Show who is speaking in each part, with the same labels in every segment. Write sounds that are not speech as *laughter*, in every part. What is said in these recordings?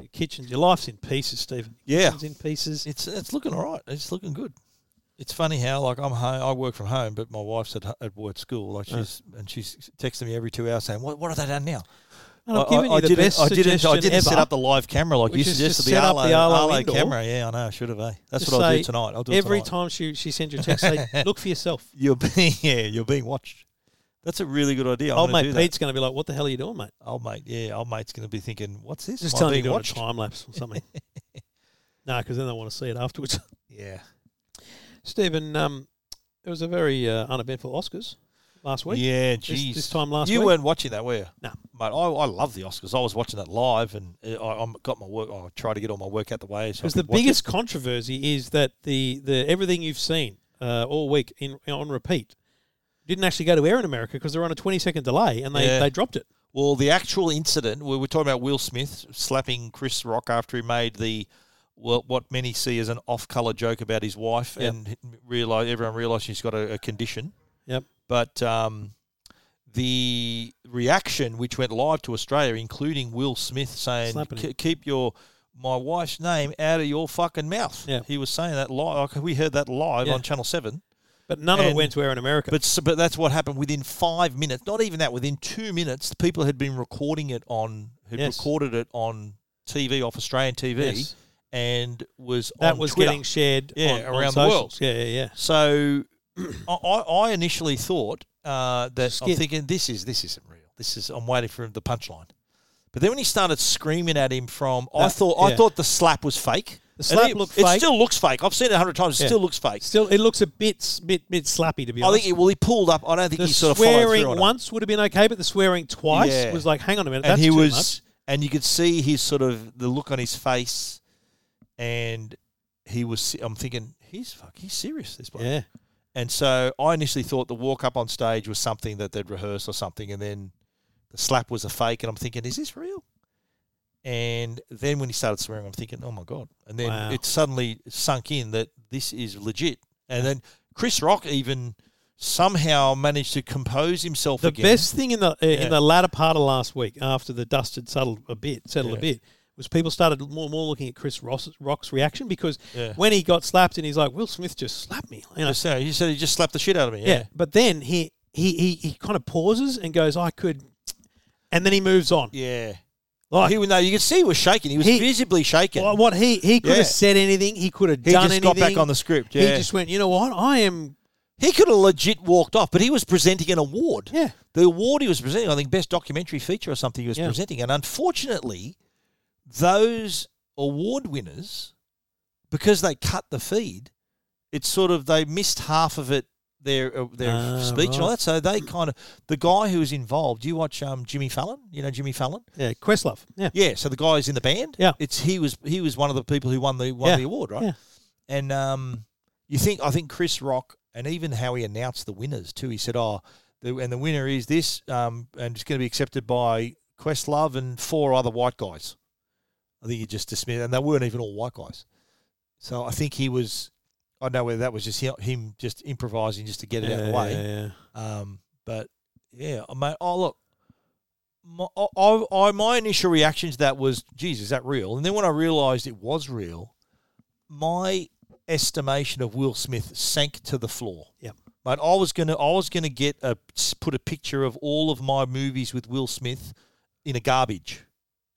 Speaker 1: Your kitchen, your life's in pieces, Stephen. Your
Speaker 2: Yeah.
Speaker 1: kitchen's in pieces.
Speaker 2: It's it's looking all right. It's looking good. It's funny how like I'm home. I work from home, but my wife's at ho- at work school. Like she's and she's texting me every two hours saying, "What what have they done now?"
Speaker 1: And I've given you the
Speaker 2: didn't,
Speaker 1: best
Speaker 2: I didn't,
Speaker 1: suggestion
Speaker 2: I didn't set
Speaker 1: ever.
Speaker 2: up the live camera like you
Speaker 1: which is just
Speaker 2: suggested. The
Speaker 1: set up
Speaker 2: Arlo,
Speaker 1: the Arlo
Speaker 2: Arlo
Speaker 1: indoor.
Speaker 2: camera. Yeah, I know. I should have. Eh? That's
Speaker 1: Just
Speaker 2: what I'll do
Speaker 1: say,
Speaker 2: tonight. I'll do it
Speaker 1: Every
Speaker 2: tonight.
Speaker 1: time she, she sends you a
Speaker 2: *laughs*
Speaker 1: text, say, look for yourself.
Speaker 2: You're being *laughs* yeah, you're being watched. That's a really good idea. I'm
Speaker 1: Old
Speaker 2: gonna
Speaker 1: Oh, mate
Speaker 2: do
Speaker 1: Pete's going to be like, what the hell are you doing, mate?
Speaker 2: That. Old mate, yeah, old mate's going to be thinking, "What's this?
Speaker 1: Just
Speaker 2: Am I
Speaker 1: tell me
Speaker 2: being
Speaker 1: you're doing
Speaker 2: watched?"
Speaker 1: a time lapse or
Speaker 2: *laughs*
Speaker 1: something. no, because then they want to see it afterwards. *laughs*
Speaker 2: Yeah,
Speaker 1: Stephen, um, it was a very uh, uneventful Oscars last week.
Speaker 2: yeah.
Speaker 1: This,
Speaker 2: Geez,
Speaker 1: this time last
Speaker 2: you
Speaker 1: week.
Speaker 2: weren't watching that, were you?
Speaker 1: No.
Speaker 2: mate. I, I love the Oscars. I was watching that live, and uh, I I'm, got my work. I try to get all my work out the way. So I
Speaker 1: Because the
Speaker 2: could watch it.
Speaker 1: biggest controversy is that the, the everything you've seen uh, all week in on repeat didn't actually go to air in America because they're on a 20 second delay and they,
Speaker 2: Yeah.
Speaker 1: they dropped it.
Speaker 2: Well, the actual incident we were talking about Will Smith slapping Chris Rock after he made the well, what many see as an off-color joke about his wife,
Speaker 1: Yep.
Speaker 2: and realize everyone realised she's got a, a condition.
Speaker 1: Yep.
Speaker 2: But um, the reaction, which went live to Australia, including Will Smith saying,
Speaker 1: Slapping him.
Speaker 2: "Ke- "Keep your my wife's name out of your fucking mouth."
Speaker 1: Yeah.
Speaker 2: He was saying that live. Like, we heard that live
Speaker 1: Yeah.
Speaker 2: on Channel Seven.
Speaker 1: But none of it
Speaker 2: And-
Speaker 1: went to air in America.
Speaker 2: But s- but that's what happened within five minutes. Not even that. Within two minutes, the people had been recording it on who
Speaker 1: Yes.
Speaker 2: recorded it on TV off Australian TV
Speaker 1: Yes.
Speaker 2: and was
Speaker 1: that
Speaker 2: on
Speaker 1: was
Speaker 2: Twitter.
Speaker 1: getting shared
Speaker 2: Yeah,
Speaker 1: on, on
Speaker 2: around the
Speaker 1: socials.
Speaker 2: world.
Speaker 1: Yeah, yeah, yeah.
Speaker 2: So *clears throat* I, I I initially thought uh, that
Speaker 1: Skit.
Speaker 2: I'm thinking this is this isn't real. This is I'm waiting for the punchline. But then when he started screaming at him from, I
Speaker 1: That-
Speaker 2: thought
Speaker 1: yeah.
Speaker 2: I thought the slap was fake.
Speaker 1: The
Speaker 2: And
Speaker 1: slap
Speaker 2: it,
Speaker 1: looked
Speaker 2: it
Speaker 1: fake.
Speaker 2: still looks fake. I've seen it a hundred times. It
Speaker 1: Yeah.
Speaker 2: still looks fake.
Speaker 1: Still, it looks a bit, bit, bit slappy to be
Speaker 2: I
Speaker 1: honest.
Speaker 2: think he, well, he pulled up. I don't think
Speaker 1: the
Speaker 2: he sort of followed
Speaker 1: swearing
Speaker 2: through on it.
Speaker 1: once would have been okay, but the swearing twice
Speaker 2: Yeah.
Speaker 1: was like, hang on a minute,
Speaker 2: and
Speaker 1: that's
Speaker 2: he
Speaker 1: too
Speaker 2: was
Speaker 1: much.
Speaker 2: and you could see his sort of the look on his face and he was se- i'm thinking he's fuck he's serious this bloke
Speaker 1: Yeah,
Speaker 2: and so i initially thought the walk up on stage was something that they'd rehearsed or something and then the slap was a fake and i'm thinking is this real and then when he started swearing i'm thinking oh my god and then
Speaker 1: Wow.
Speaker 2: it suddenly sunk in that this is legit and then chris rock even somehow managed to compose himself
Speaker 1: the
Speaker 2: again
Speaker 1: best thing in the uh,
Speaker 2: Yeah.
Speaker 1: in the latter part of last week, after the dust had settled a bit, settled a
Speaker 2: Yeah.
Speaker 1: bit, was people started more more looking at Chris Ross, Rock's reaction because
Speaker 2: Yeah.
Speaker 1: when he got slapped and he's like, Will Smith just slapped me, you know,
Speaker 2: so he said he just slapped the shit out of me
Speaker 1: Yeah. But then he he he, he kind of pauses and goes, I could, and then he moves on.
Speaker 2: Yeah.
Speaker 1: Like
Speaker 2: he, no, you could see he was shaking. He was
Speaker 1: He-
Speaker 2: visibly shaking.
Speaker 1: Well, what he he could
Speaker 2: Yeah.
Speaker 1: have said anything. He could have
Speaker 2: he
Speaker 1: done
Speaker 2: just
Speaker 1: anything.
Speaker 2: got back on the script.
Speaker 1: He
Speaker 2: Yeah. He,
Speaker 1: just went. You know what? I am.
Speaker 2: could have legit walked off, but he was presenting an award.
Speaker 1: Yeah.
Speaker 2: The award he was presenting, I think, best documentary feature or something he was
Speaker 1: Yeah.
Speaker 2: presenting. And unfortunately, those award winners, because they cut the feed, it's sort of they missed half of it. Their uh, their
Speaker 1: Ah,
Speaker 2: speech and all
Speaker 1: right.
Speaker 2: that, so they kind of the guy who was involved. You watch um, Jimmy Fallon, you know Jimmy Fallon.
Speaker 1: Yeah. Questlove. Yeah.
Speaker 2: Yeah, so the guy's in the band.
Speaker 1: Yeah.
Speaker 2: it's he was he was one of the people who won the won
Speaker 1: Yeah,
Speaker 2: the award, right?
Speaker 1: yeah.
Speaker 2: And um, you think I think Chris Rock and even how he announced the winners too. He said, "Oh, the, and the winner is this, um, and it's going to be accepted by Questlove and four other white guys." I think he just dismissed, and they weren't even all white guys. So I think he was. I don't know whether that was just hi- him just improvising just to get it out of the way.
Speaker 1: yeah.
Speaker 2: Um, but yeah, I mean, oh look, my, I, I, I- my initial reaction to that was, "Geez, is that real?" And then when I realised it was real, my estimation of Will Smith sank to the floor.
Speaker 1: Yep.
Speaker 2: But I was gonna, I was gonna get a put a picture of all of my movies with Will Smith in a garbage,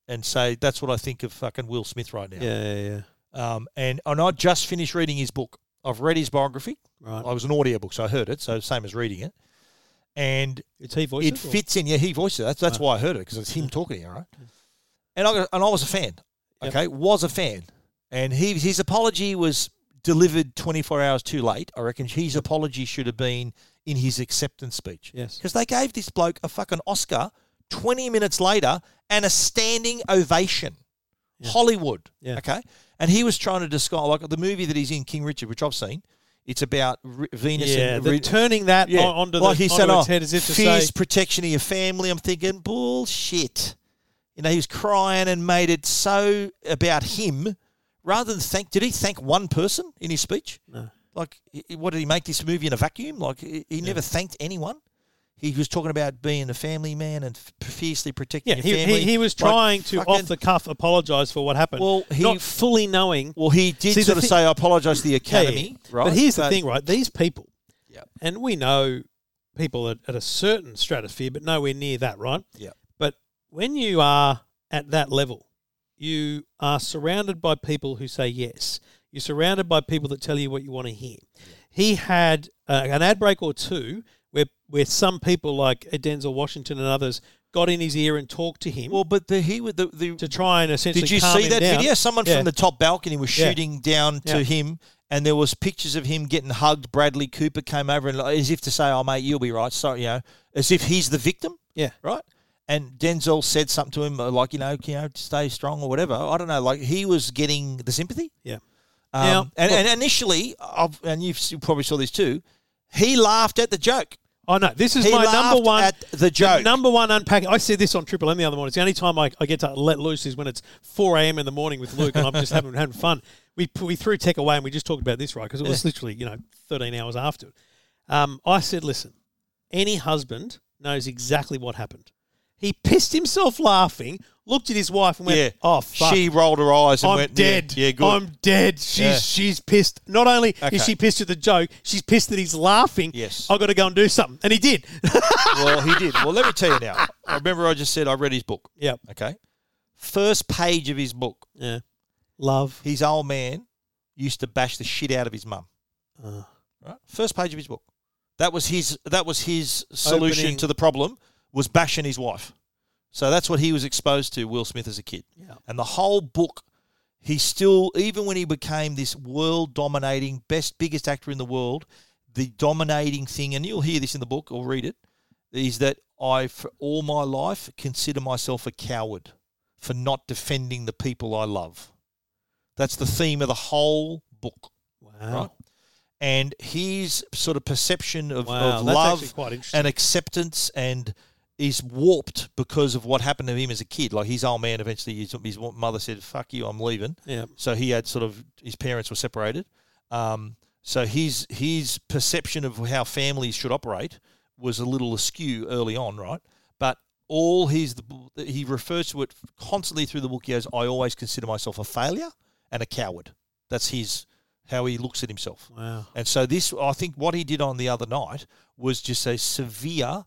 Speaker 2: and say that's what I think of fucking Will Smith right now.
Speaker 1: Yeah. Yeah. yeah, yeah.
Speaker 2: Um, and and I just finished reading his book. I've read his biography.
Speaker 1: Right.
Speaker 2: I was an audiobook, so I heard it. So same as reading it. And
Speaker 1: It's he voice.
Speaker 2: it fits in. Yeah, he voiced it. That's,
Speaker 1: Ah.
Speaker 2: that's why I heard it because it's him talking. All right. And I and I was a fan.
Speaker 1: Yep.
Speaker 2: Okay, was a fan. And he his apology was delivered 24 hours too late. I reckon his apology should have been in his acceptance speech.
Speaker 1: Yes.
Speaker 2: Because they gave this bloke a fucking Oscar 20 minutes later and a standing ovation. Hollywood.
Speaker 1: Yeah.
Speaker 2: Okay. And he was trying to disguise, like the movie that he's in, King Richard, which I've seen. It's about Re- Venus
Speaker 1: Yeah.
Speaker 2: and
Speaker 1: The
Speaker 2: Re-
Speaker 1: turning that
Speaker 2: yeah.
Speaker 1: on, onto
Speaker 2: like
Speaker 1: the
Speaker 2: he
Speaker 1: onto
Speaker 2: said,
Speaker 1: its
Speaker 2: oh,
Speaker 1: head as if to
Speaker 2: fears
Speaker 1: say,
Speaker 2: protection of your family. I'm thinking bullshit. You know, he was crying and made it so about him rather than thank. Did he thank one person in his speech?
Speaker 1: No.
Speaker 2: Like, he- what did he make this movie in a vacuum? Like, he he never thanked anyone. He was talking about being a family man and f- fiercely protecting
Speaker 1: Yeah,
Speaker 2: your
Speaker 1: he,
Speaker 2: family.
Speaker 1: he, he was
Speaker 2: Like,
Speaker 1: trying to
Speaker 2: fucking-
Speaker 1: off the cuff apologise for what happened.
Speaker 2: Well, he-
Speaker 1: not fully knowing.
Speaker 2: Well, he did
Speaker 1: See, the
Speaker 2: sort of
Speaker 1: thi-
Speaker 2: say, "I apologise to the
Speaker 1: Yeah, yeah.
Speaker 2: academy." Right,
Speaker 1: But here's the thing, right? These people,
Speaker 2: Yeah.
Speaker 1: and we know people at, at a certain stratosphere, but nowhere near that, right?
Speaker 2: Yeah.
Speaker 1: But when you are at that level, you are surrounded by people who say yes. You're surrounded by people that tell you what you want to hear. He had uh, an ad break or two where where some people like Denzel Washington and others got in his ear and talked to him
Speaker 2: Well, but the he with the, the
Speaker 1: to try and essentially.
Speaker 2: Did you
Speaker 1: calm
Speaker 2: see
Speaker 1: him
Speaker 2: that
Speaker 1: down.
Speaker 2: video? Someone
Speaker 1: Yeah.
Speaker 2: from the top balcony was
Speaker 1: Yeah.
Speaker 2: shooting down to
Speaker 1: Yeah.
Speaker 2: him, and there was pictures of him getting hugged. Bradley Cooper came over and like, as if to say, "Oh, mate, you'll be right." So you know, as if he's the victim,
Speaker 1: Yeah.
Speaker 2: right? And Denzel said something to him uh, like, "You know, you know, stay strong or whatever." I don't know. Like he was getting the sympathy.
Speaker 1: Yeah.
Speaker 2: Um,
Speaker 1: Now,
Speaker 2: and,
Speaker 1: look-
Speaker 2: and initially, I've, and you've, you probably saw this too. He laughed at the joke.
Speaker 1: Oh no, this is
Speaker 2: He
Speaker 1: my number
Speaker 2: laughed
Speaker 1: one
Speaker 2: at the joke.
Speaker 1: number one unpacking. I said this on Triple M the other morning. It's the only time I, I get to let loose is when it's four a.m. in the morning with Luke, and I'm
Speaker 2: *laughs*
Speaker 1: just having having fun. We pu- we threw tech away and we just talked about this right because it was literally you know thirteen hours after. Um, I said, listen, any husband knows exactly what happened. He pissed himself laughing, looked at his wife and went,
Speaker 2: Yeah.
Speaker 1: "Oh fuck."
Speaker 2: She rolled her eyes and
Speaker 1: I'm
Speaker 2: went, "Yeah,
Speaker 1: dead.
Speaker 2: Yeah, good.
Speaker 1: I'm dead. She's
Speaker 2: Yeah.
Speaker 1: she's pissed. Not only
Speaker 2: Okay.
Speaker 1: is she pissed at the joke, she's pissed that he's laughing.
Speaker 2: Yes.
Speaker 1: I got to go and do something, and he did.
Speaker 2: *laughs*
Speaker 1: *laughs*
Speaker 2: well, he did. Well, let me tell you now. I remember I just said I read his book.
Speaker 1: yeah,
Speaker 2: Okay. First page of his book,
Speaker 1: yeah. Love.
Speaker 2: his old man used to bash the shit out of his mum.
Speaker 1: Uh.
Speaker 2: Right? First page of his book. That was his that was his solution
Speaker 1: Opening-
Speaker 2: to the problem was bashing his wife. So that's what he was exposed to, Will Smith as a kid.
Speaker 1: Yeah.
Speaker 2: And the whole book, he still, even when he became this world dominating, best, biggest actor in the world, the dominating thing, and you'll hear this in the book or read it, is that I, for all my life, consider myself a coward for not defending the people I love. That's the theme of the whole book,
Speaker 1: Wow.
Speaker 2: right? And his sort of perception of,
Speaker 1: Wow.
Speaker 2: of
Speaker 1: That's
Speaker 2: love
Speaker 1: actually quite interesting.
Speaker 2: and acceptance and is warped because of what happened to him as a kid. Like his old man eventually, his, his mother said, "Fuck you, I'm leaving."
Speaker 1: yeah.
Speaker 2: So he had sort of his parents were separated. Um, so his his perception of how families should operate was a little askew early on, right? But all his he refers to it constantly through the book. He goes, "I always consider myself a failure and a coward." That's his how he looks at himself.
Speaker 1: Wow.
Speaker 2: And so this, I think, what he did on the other night was just a severe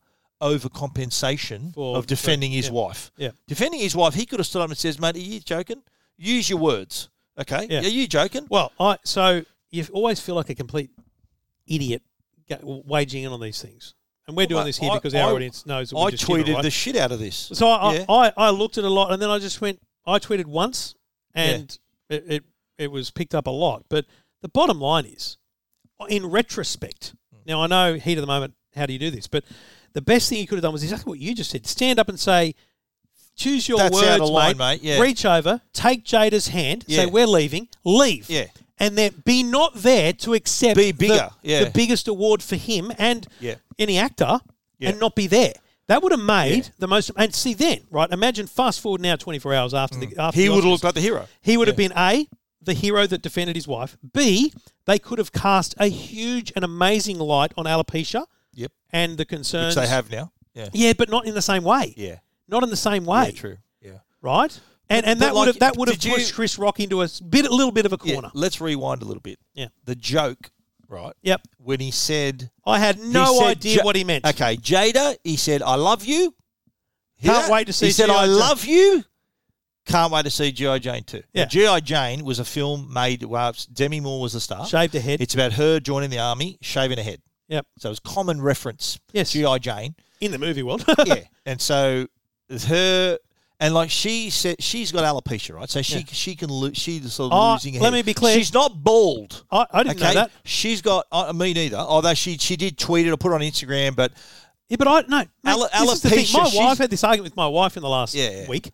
Speaker 2: overcompensation
Speaker 1: For-
Speaker 2: of defending his
Speaker 1: yeah.
Speaker 2: wife.
Speaker 1: Yeah.
Speaker 2: Defending his wife, he could have stood up and says, "Mate, are you joking? Use your words, okay?
Speaker 1: Yeah.
Speaker 2: Are you joking?"
Speaker 1: Well, I so you always feel like a complete idiot ga- waging in on these things, and we're doing
Speaker 2: mate,
Speaker 1: this here
Speaker 2: I-
Speaker 1: because our
Speaker 2: I-
Speaker 1: audience knows. That
Speaker 2: I
Speaker 1: we're just human,
Speaker 2: tweeted
Speaker 1: right?
Speaker 2: the shit out of this.
Speaker 1: So I,
Speaker 2: Yeah.
Speaker 1: I, I looked at a lot, and then I just went. I tweeted once, and it, it it was picked up a lot. But the bottom line is, in retrospect,
Speaker 2: Hmm.
Speaker 1: now I know heat of the moment. How do you do this? But the best thing you could have done was exactly what you just said: stand up and say, choose your
Speaker 2: That's
Speaker 1: words,
Speaker 2: out of line, mate. Yeah.
Speaker 1: Reach over, take Jada's hand,
Speaker 2: Yeah.
Speaker 1: say we're leaving, leave.
Speaker 2: Yeah.
Speaker 1: And then be not there to accept
Speaker 2: Be
Speaker 1: the-
Speaker 2: bigger, yeah.
Speaker 1: the biggest award for him and
Speaker 2: Yeah.
Speaker 1: any actor
Speaker 2: Yeah.
Speaker 1: and not be there. That would have made the most. And see, then right, imagine fast forward now, twenty four hours after the after
Speaker 2: Mm. He
Speaker 1: the
Speaker 2: would have
Speaker 1: Oscars.
Speaker 2: looked like the hero.
Speaker 1: He would have been a the hero that defended his wife. B they could have cast a huge and amazing light on alopecia
Speaker 2: Yep.
Speaker 1: and the concerns
Speaker 2: Which they have now. Yeah.
Speaker 1: Yeah, but not in the same way.
Speaker 2: Yeah.
Speaker 1: Not in the same way.
Speaker 2: Yeah. True. Yeah.
Speaker 1: Right. And, and
Speaker 2: But
Speaker 1: that would have
Speaker 2: like,
Speaker 1: that would have
Speaker 2: did you-
Speaker 1: pushed Chris Rock into a s- bit, a little bit of a
Speaker 2: Yeah.
Speaker 1: corner.
Speaker 2: Let's rewind a little bit.
Speaker 1: Yeah.
Speaker 2: The joke, right?
Speaker 1: Yep.
Speaker 2: When he said
Speaker 1: I had no
Speaker 2: He said
Speaker 1: idea
Speaker 2: Ja-
Speaker 1: what he meant.
Speaker 2: Okay, Jada, he said, I love you. Hear
Speaker 1: Can't
Speaker 2: that?
Speaker 1: wait to see
Speaker 2: He said,
Speaker 1: G.I.
Speaker 2: I
Speaker 1: Jane."
Speaker 2: love you. Can't wait to see G.I. Jane too.
Speaker 1: Yeah.
Speaker 2: G.I. Jane was a film made where Demi Moore was the star.
Speaker 1: Shaved a head.
Speaker 2: It's about her joining the army, shaving her head.
Speaker 1: Yep.
Speaker 2: So it's common reference.
Speaker 1: Yes. *laughs*
Speaker 2: G.I. Jane.
Speaker 1: in the movie world.
Speaker 2: yeah. And so it's her and like she said she's got alopecia, right? So she
Speaker 1: Yeah.
Speaker 2: she can lose she's sort of
Speaker 1: Oh,
Speaker 2: losing her
Speaker 1: let
Speaker 2: head.
Speaker 1: me be clear.
Speaker 2: She's not bald.
Speaker 1: I, I didn't know that.
Speaker 2: She's got uh, me neither. Although she she did tweet it or put it on Instagram, but
Speaker 1: Yeah, but I no. mate,
Speaker 2: Ala-
Speaker 1: this is the thing.
Speaker 2: alopecia,
Speaker 1: My
Speaker 2: she's-
Speaker 1: wife had this argument with my wife in the last
Speaker 2: Yeah, yeah.
Speaker 1: week.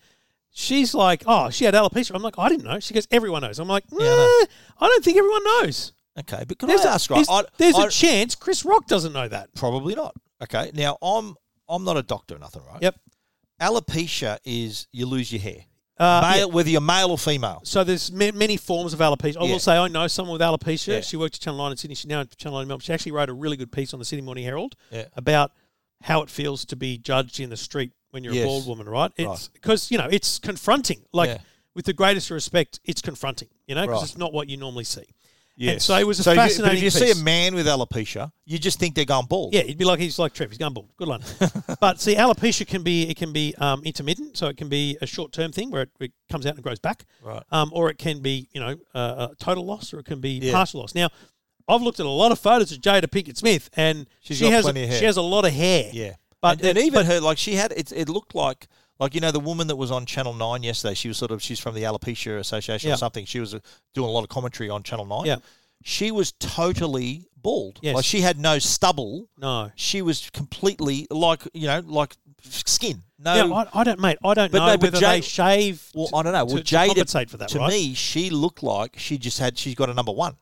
Speaker 1: She's like, "Oh, she had alopecia." I'm like, "I didn't know." She goes, "Everyone knows." I'm like, nah,
Speaker 2: I
Speaker 1: I,
Speaker 2: know.
Speaker 1: don't think everyone knows."
Speaker 2: Okay, but can
Speaker 1: There's,
Speaker 2: I
Speaker 1: a,
Speaker 2: ask? Right,
Speaker 1: there's,
Speaker 2: I,
Speaker 1: there's
Speaker 2: I-
Speaker 1: a chance Chris Rock doesn't know that.
Speaker 2: probably not. Okay, now I'm I'm not a doctor, or nothing, right?
Speaker 1: Yep.
Speaker 2: Alopecia is you lose your hair,
Speaker 1: Uh, yeah.
Speaker 2: male, whether you're male or female.
Speaker 1: So there's ma- many forms of alopecia. I
Speaker 2: Yeah.
Speaker 1: will say I know someone with alopecia.
Speaker 2: Yeah.
Speaker 1: She worked at Channel Nine in Sydney. She's now at Channel Nine in Melbourne. She actually wrote a really good piece on the Sydney Morning Herald
Speaker 2: Yeah.
Speaker 1: about how it feels to be judged in the street when you're
Speaker 2: Yes.
Speaker 1: a bald woman, right? It's because you know it's confronting. Like
Speaker 2: Yeah.
Speaker 1: with the greatest respect, it's confronting. You know, because
Speaker 2: Right.
Speaker 1: it's not what you normally see.
Speaker 2: Yes.
Speaker 1: so it was a
Speaker 2: if you-
Speaker 1: fascinating
Speaker 2: But if you see
Speaker 1: piece.
Speaker 2: a man with alopecia, you just think they're gone bald.
Speaker 1: Yeah, he'd be like he's like Trev, he's gumball. Good
Speaker 2: *laughs*
Speaker 1: one. but see, alopecia can be it can be um, intermittent, so it can be a short term thing where it, it comes out and grows back,
Speaker 2: Right.
Speaker 1: um, or it can be you know uh, a total loss, or it can be
Speaker 2: Yeah.
Speaker 1: partial loss. Now, I've looked at a lot of photos of Jada Pinkett Smith, and
Speaker 2: She's
Speaker 1: she
Speaker 2: got
Speaker 1: has
Speaker 2: plenty of hair.
Speaker 1: she has a lot of hair.
Speaker 2: Yeah.
Speaker 1: But-
Speaker 2: But and, and even her, like she had, it, it looked like, like you know, the woman that was on Channel Nine yesterday. She was sort of, she's from the Alopecia Association
Speaker 1: Yeah.
Speaker 2: or something. She was uh, doing a lot of commentary on Channel Nine.
Speaker 1: Yeah.
Speaker 2: She was totally bald.
Speaker 1: Yes.
Speaker 2: Like she had no stubble.
Speaker 1: No.
Speaker 2: She was completely like you know, like skin. No.
Speaker 1: Yeah, I, I don't, mate. I don't
Speaker 2: But
Speaker 1: know
Speaker 2: no, but
Speaker 1: whether
Speaker 2: Jada-
Speaker 1: they shave.
Speaker 2: well,
Speaker 1: to-
Speaker 2: I don't know.
Speaker 1: to-
Speaker 2: Well,
Speaker 1: to
Speaker 2: Jada,
Speaker 1: compensate for that,
Speaker 2: to
Speaker 1: right?
Speaker 2: me, she looked like she just had. She's got a number one.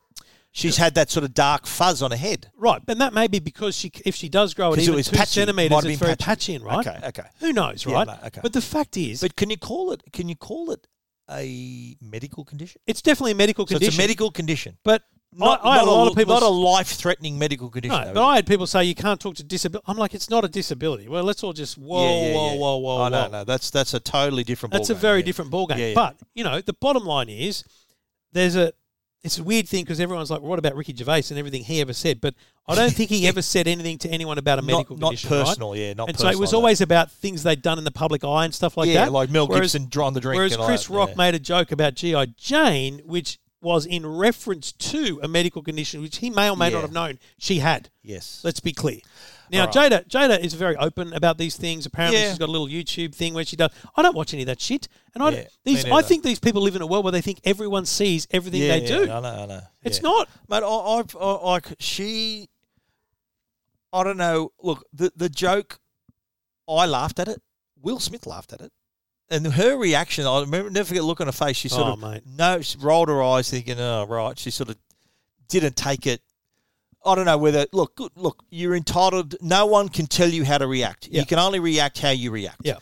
Speaker 2: She's had that sort of dark fuzz on her head.
Speaker 1: Right, and that may be because she, if she does grow it
Speaker 2: 'Cause it
Speaker 1: even
Speaker 2: was
Speaker 1: two
Speaker 2: patchy.
Speaker 1: centimeters,
Speaker 2: Might have
Speaker 1: it's
Speaker 2: been
Speaker 1: very
Speaker 2: patchy.
Speaker 1: patchy, and right.
Speaker 2: Okay, okay.
Speaker 1: Who knows,
Speaker 2: Yeah,
Speaker 1: right?
Speaker 2: no, okay.
Speaker 1: But the fact is,
Speaker 2: But can you call it? Can you call it a medical condition?
Speaker 1: it's definitely a medical
Speaker 2: So
Speaker 1: condition.
Speaker 2: it's a medical condition.
Speaker 1: But
Speaker 2: Not,
Speaker 1: I, I had
Speaker 2: not
Speaker 1: a lot of people.
Speaker 2: Not a life-threatening medical condition.
Speaker 1: no,
Speaker 2: though,
Speaker 1: but
Speaker 2: is
Speaker 1: I had people say you can't talk to disability. I'm like, it's not a disability. Well, let's all just
Speaker 2: it?
Speaker 1: whoa, whoa, whoa, whoa,
Speaker 2: Oh,
Speaker 1: whoa.
Speaker 2: no, no. That's that's a totally different.
Speaker 1: That's a
Speaker 2: ballgame,
Speaker 1: very
Speaker 2: yeah.
Speaker 1: different ballgame.
Speaker 2: Yeah, yeah.
Speaker 1: But you know, the bottom line is there's a. It's a weird thing because everyone's like, well, "What about Ricky Gervais and everything he ever said?" But I don't think
Speaker 2: *laughs*
Speaker 1: he ever said anything to anyone about a medical
Speaker 2: not,
Speaker 1: condition,
Speaker 2: Not
Speaker 1: right?
Speaker 2: personal, yeah. Not
Speaker 1: and so
Speaker 2: personal
Speaker 1: it was
Speaker 2: like that.
Speaker 1: always about things they'd done in the public eye and stuff like
Speaker 2: yeah,
Speaker 1: that.
Speaker 2: like Mel
Speaker 1: Whereas-
Speaker 2: Gibson on the drink.
Speaker 1: Whereas
Speaker 2: and all
Speaker 1: Chris
Speaker 2: that,
Speaker 1: Rock
Speaker 2: yeah.
Speaker 1: made a joke about G.I. Jane, which was in reference to a medical condition which he may or may
Speaker 2: Yeah.
Speaker 1: not have known she had.
Speaker 2: Yes.
Speaker 1: Let's be clear. Now,
Speaker 2: All
Speaker 1: Jada Jada is very open about these things. Apparently,
Speaker 2: Yeah.
Speaker 1: she's got a little YouTube thing where she does. I don't watch any of that shit, and I
Speaker 2: Yeah,
Speaker 1: don't- these
Speaker 2: me
Speaker 1: I
Speaker 2: neither.
Speaker 1: think these people live in a world where they think everyone sees everything
Speaker 2: yeah,
Speaker 1: they
Speaker 2: yeah,
Speaker 1: do.
Speaker 2: I know. I know.
Speaker 1: It's
Speaker 2: yeah.
Speaker 1: not.
Speaker 2: Mate, I, I've, I, like, she, I don't know. Look, the, the joke, I laughed at it. Will Smith laughed at it. And her reaction, I remember, never forget the look on her face. She sort
Speaker 1: Oh,
Speaker 2: of
Speaker 1: mate.
Speaker 2: no, she rolled her eyes, thinking, "Oh, right." She sort of didn't take it. I don't know whether look, good, look. You're entitled. No one can tell you how to react.
Speaker 1: Yeah.
Speaker 2: You can only react how you react.
Speaker 1: Yeah.